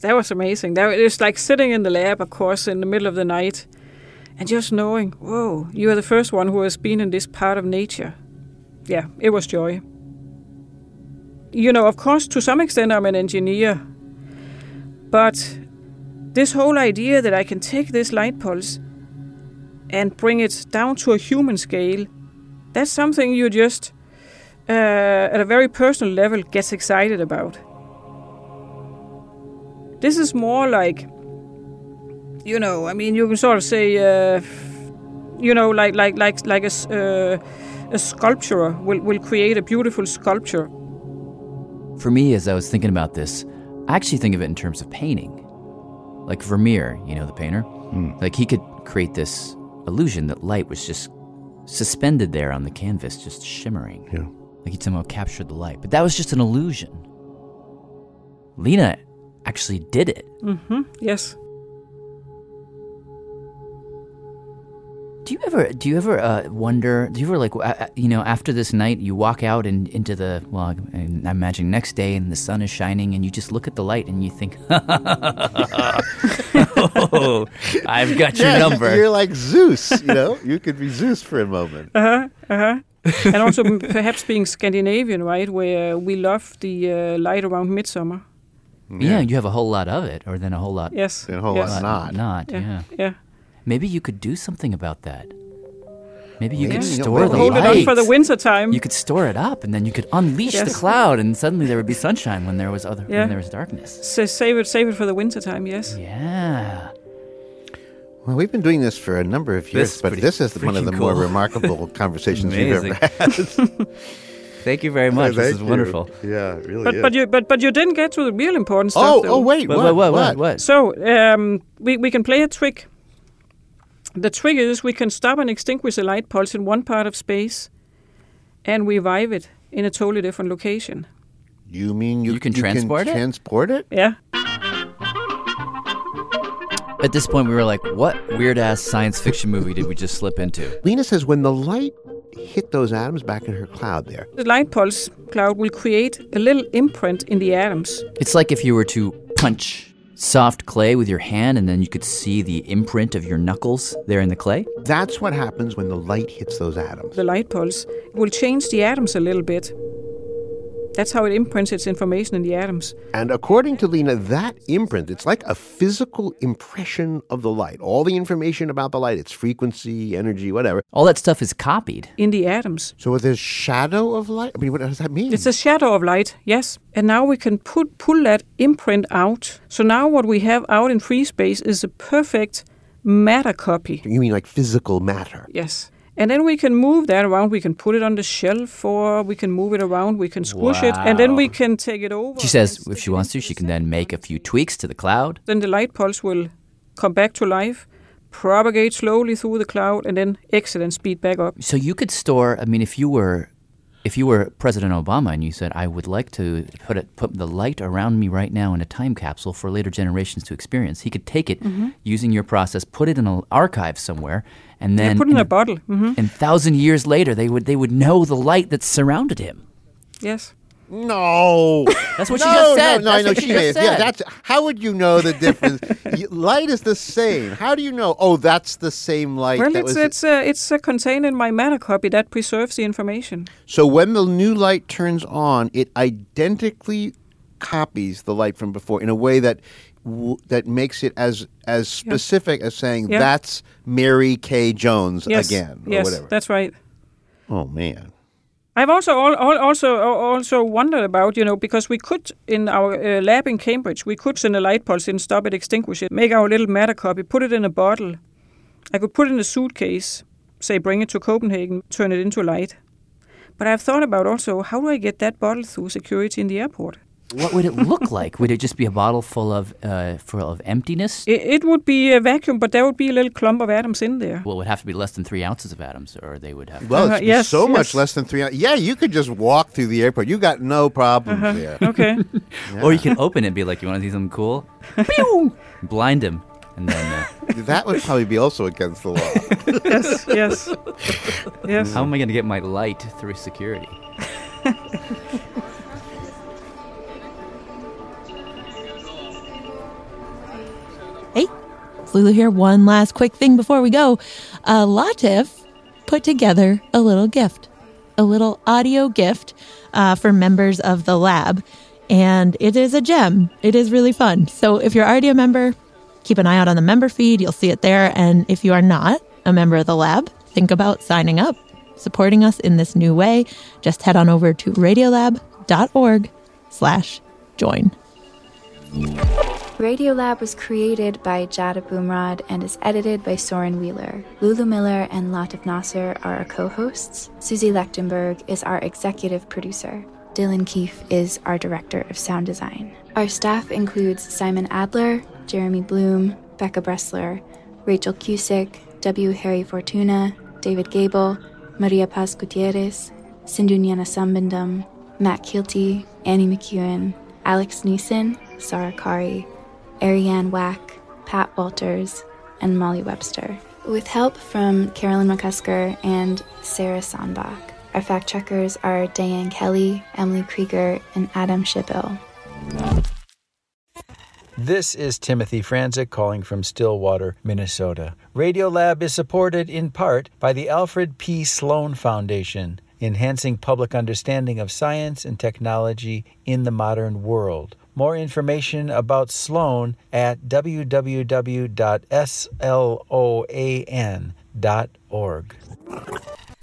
[SPEAKER 24] that was amazing. That it was like sitting in the lab, of course, in the middle of the night, and just knowing, whoa, you are the first one who has been in this part of nature. Yeah, it was joy. You know, of course, to some extent, I'm an engineer, but this whole idea that I can take this light pulse and bring it down to a human scale, that's something you just, uh, at a very personal level, gets excited about. This is more like, you know, I mean, you can sort of say, uh, you know, like like like like a s- uh, a sculptor will will create a beautiful sculpture.
[SPEAKER 10] For me, as I was thinking about this, I actually think of it in terms of painting. Like Vermeer, you know, the painter. Like he could create this illusion that light was just suspended there on the canvas, just shimmering.
[SPEAKER 13] Yeah.
[SPEAKER 10] Like he somehow captured the light. But that was just an illusion. Lena actually did it.
[SPEAKER 24] Mm-hmm. Yes.
[SPEAKER 10] Do you ever do you ever uh, wonder? Do you ever like uh, uh, you know after this night you walk out and into the well I I imagine next day and the sun is shining and you just look at the light and you think, oh, I've got your
[SPEAKER 13] Yeah,
[SPEAKER 10] number.
[SPEAKER 13] You're like Zeus, you know. you could be Zeus for a moment.
[SPEAKER 24] Uh huh. Uh huh. and also m- perhaps being Scandinavian, right, where we love the uh, light around midsummer.
[SPEAKER 10] yeah. you have a whole lot of it, or then a whole lot.
[SPEAKER 24] Yes, Then a whole
[SPEAKER 13] yes. lot not.
[SPEAKER 10] Not. Yeah.
[SPEAKER 24] Yeah. yeah.
[SPEAKER 10] Maybe you could do something about that. Maybe you could
[SPEAKER 24] Yeah.
[SPEAKER 10] store the
[SPEAKER 24] Hold it
[SPEAKER 10] light.
[SPEAKER 24] on for the winter time.
[SPEAKER 10] you could store it up, and then you could unleash the
[SPEAKER 24] Yes.
[SPEAKER 10] cloud, and suddenly there would be sunshine when there was other
[SPEAKER 24] Yeah.
[SPEAKER 10] when there was darkness.
[SPEAKER 24] So save it, save it for the winter time. Yes.
[SPEAKER 10] Yeah.
[SPEAKER 13] Well, we've been doing this for a number of years,
[SPEAKER 10] is
[SPEAKER 13] but
[SPEAKER 10] pretty
[SPEAKER 13] this is one of the
[SPEAKER 10] freaking
[SPEAKER 13] more
[SPEAKER 10] cool.
[SPEAKER 13] remarkable conversations we've
[SPEAKER 10] Amazing.
[SPEAKER 13] ever had.
[SPEAKER 10] Thank you very much. this
[SPEAKER 13] Thank
[SPEAKER 10] is
[SPEAKER 13] you.
[SPEAKER 10] wonderful.
[SPEAKER 13] Oh, Yeah, it really.
[SPEAKER 24] But
[SPEAKER 13] is.
[SPEAKER 24] but you but but you didn't get to the real important stuff.
[SPEAKER 13] Oh,
[SPEAKER 24] though.
[SPEAKER 13] oh, wait, What, what, what, what, what? what?
[SPEAKER 24] So um, we we can play a trick. The trick is we can stop and extinguish a light pulse in one part of space, and revive it in a totally different location.
[SPEAKER 13] you mean you,
[SPEAKER 10] You can transport it?
[SPEAKER 13] Transport it?
[SPEAKER 24] Yeah.
[SPEAKER 10] At this point, we were like, what weird ass science fiction movie did we just slip into?
[SPEAKER 13] Lena says when the light hit those atoms back in her cloud there,
[SPEAKER 24] The light pulse cloud will create a little imprint in the atoms.
[SPEAKER 10] It's like if you were to punch soft clay with your hand and then you could see the imprint of your knuckles there in the clay.
[SPEAKER 13] That's what happens when the light hits those atoms.
[SPEAKER 24] The light pulse will change the atoms a little bit. That's how it imprints its information in the atoms.
[SPEAKER 13] And according to Lena, that imprint, it's like a physical impression of the light. All the information about the light, its frequency, energy, whatever.
[SPEAKER 10] All that stuff is copied.
[SPEAKER 24] in the atoms.
[SPEAKER 13] So there's shadow of light? I mean, what does that mean?
[SPEAKER 24] It's a shadow of light, yes. And now we can put, pull that imprint out. So now what we have out in free space is a perfect matter copy.
[SPEAKER 13] You mean like physical matter?
[SPEAKER 24] Yes. And then we can move that around. We can put it on the shelf, or we can move it around. We can squish it, and then we can take it over.
[SPEAKER 10] She says if she wants to, she can then make a few tweaks to the cloud.
[SPEAKER 24] Then the light pulse will come back to life, propagate slowly through the cloud, and then exit and speed back up.
[SPEAKER 10] So you could store, I mean, if you were. If you were President Obama and you said, "I would like to put it, put the light around me right now in a time capsule for later generations to experience," he could take it
[SPEAKER 24] Mhm.
[SPEAKER 10] using your process, put it in an archive somewhere, and then
[SPEAKER 24] yeah, put it in
[SPEAKER 10] in
[SPEAKER 24] a bottle. hmm
[SPEAKER 10] and thousand years later they would they would know the light that surrounded him
[SPEAKER 24] Yes.
[SPEAKER 13] No,
[SPEAKER 10] That's
[SPEAKER 13] no,
[SPEAKER 10] what she just said.
[SPEAKER 13] No, no, I
[SPEAKER 10] That's
[SPEAKER 13] know
[SPEAKER 10] what she
[SPEAKER 13] she may.
[SPEAKER 10] just
[SPEAKER 13] Yeah,
[SPEAKER 10] said.
[SPEAKER 13] that's. How would you know the difference? Y- light is the same. How do you know? Oh, that's the same light.
[SPEAKER 24] well,
[SPEAKER 13] that
[SPEAKER 24] it's
[SPEAKER 13] was
[SPEAKER 24] it's uh, it's uh, contained in my meta copy that preserves the information.
[SPEAKER 13] So when the new light turns on, it identically copies the light from before in a way that w- that makes it as as
[SPEAKER 24] Yeah.
[SPEAKER 13] specific as saying
[SPEAKER 24] Yeah.
[SPEAKER 13] that's Mary K. Jones
[SPEAKER 24] Yes,
[SPEAKER 13] again or
[SPEAKER 24] yes, Uh-huh.
[SPEAKER 13] whatever.
[SPEAKER 24] that's right.
[SPEAKER 13] Oh man.
[SPEAKER 24] I've also al- al- also al- also wondered about you know because we could in our uh, lab in Cambridge we could send a light pulse in, stop it, extinguish it, make our little matter copy, put it in a bottle. I could put it in a suitcase, say bring it to Copenhagen, turn it into light. But I've thought about also how do I get that bottle through security in the airport?
[SPEAKER 10] What would it look like? Would it just be a bottle full of uh, full of emptiness?
[SPEAKER 24] It, it would be uh, a vacuum, but there would be a little clump of atoms in there.
[SPEAKER 10] Well, it would have to be less than three ounces of atoms, or they would have.
[SPEAKER 24] Uh,
[SPEAKER 13] Well,
[SPEAKER 10] to
[SPEAKER 13] it's so much less than three. hou- Yeah, you could just walk through the airport. You got no problems there.
[SPEAKER 24] Uh-huh. Okay.
[SPEAKER 10] Or you can open it and be like, "You want to see something cool? Pew! Blind him, and then." Uh,
[SPEAKER 13] that would probably be also against the law.
[SPEAKER 24] yes, yes, yes.
[SPEAKER 10] How am I going to get my light through security?
[SPEAKER 8] Hey, it's Lulu here. One last quick thing before we go. Uh, Latif put together a little gift, a little audio gift uh, for members of the lab. And it is a gem. It is really fun. So if you're already a member, keep an eye out on the member feed. You'll see it there. And if you are not a member of the lab, think about signing up, supporting us in this new way. Just head on over to radiolab.org slash join.
[SPEAKER 5] Radiolab was created by Jada Boomrod and is edited by Soren Wheeler. Lulu Miller and Latif Nasser are our co hosts. Susie Lechtenberg is our executive producer. Dylan Keefe is our director of sound design. Our staff includes Simon Adler, Jeremy Bloom, Becca Bressler, Rachel Cusick, W. Harry Fortuna, David Gable, Maria Paz Gutierrez, Sindhunyana Sambandam, Matt Kilty, Annie McEwen, Alex Neeson, Sarah Kari, Ariane Wack, Pat Walters, and Molly Webster. With help from Carolyn McCusker and Sarah Sonbach. Our fact checkers are Diane Kelly, Emily Krieger, and Adam Shibill.
[SPEAKER 25] This is Timothy Franzik calling from Stillwater, Minnesota. Radiolab is supported in part by the Alfred P. Sloan Foundation, enhancing public understanding of science and technology in the modern world. More information about Sloan at www.sloan.org.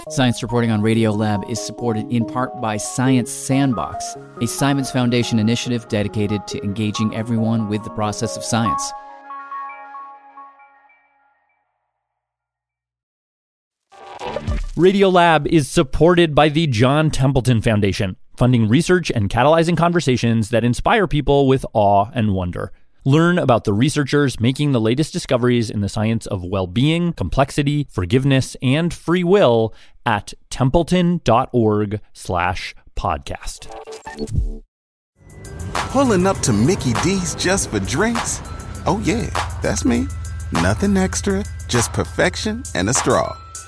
[SPEAKER 10] Science reporting on Radiolab is supported in part by Science Sandbox, a Simons Foundation initiative dedicated to engaging everyone with the process of science.
[SPEAKER 2] Radiolab is supported by the John Templeton Foundation, funding research and catalyzing conversations that inspire people with awe and wonder. Learn about the researchers making the latest discoveries in the science of well being, complexity, forgiveness, and free will at templeton.org slash podcast.
[SPEAKER 26] Pulling up to Mickey D's just for drinks? Oh, yeah, that's me. Nothing extra, just perfection and a straw.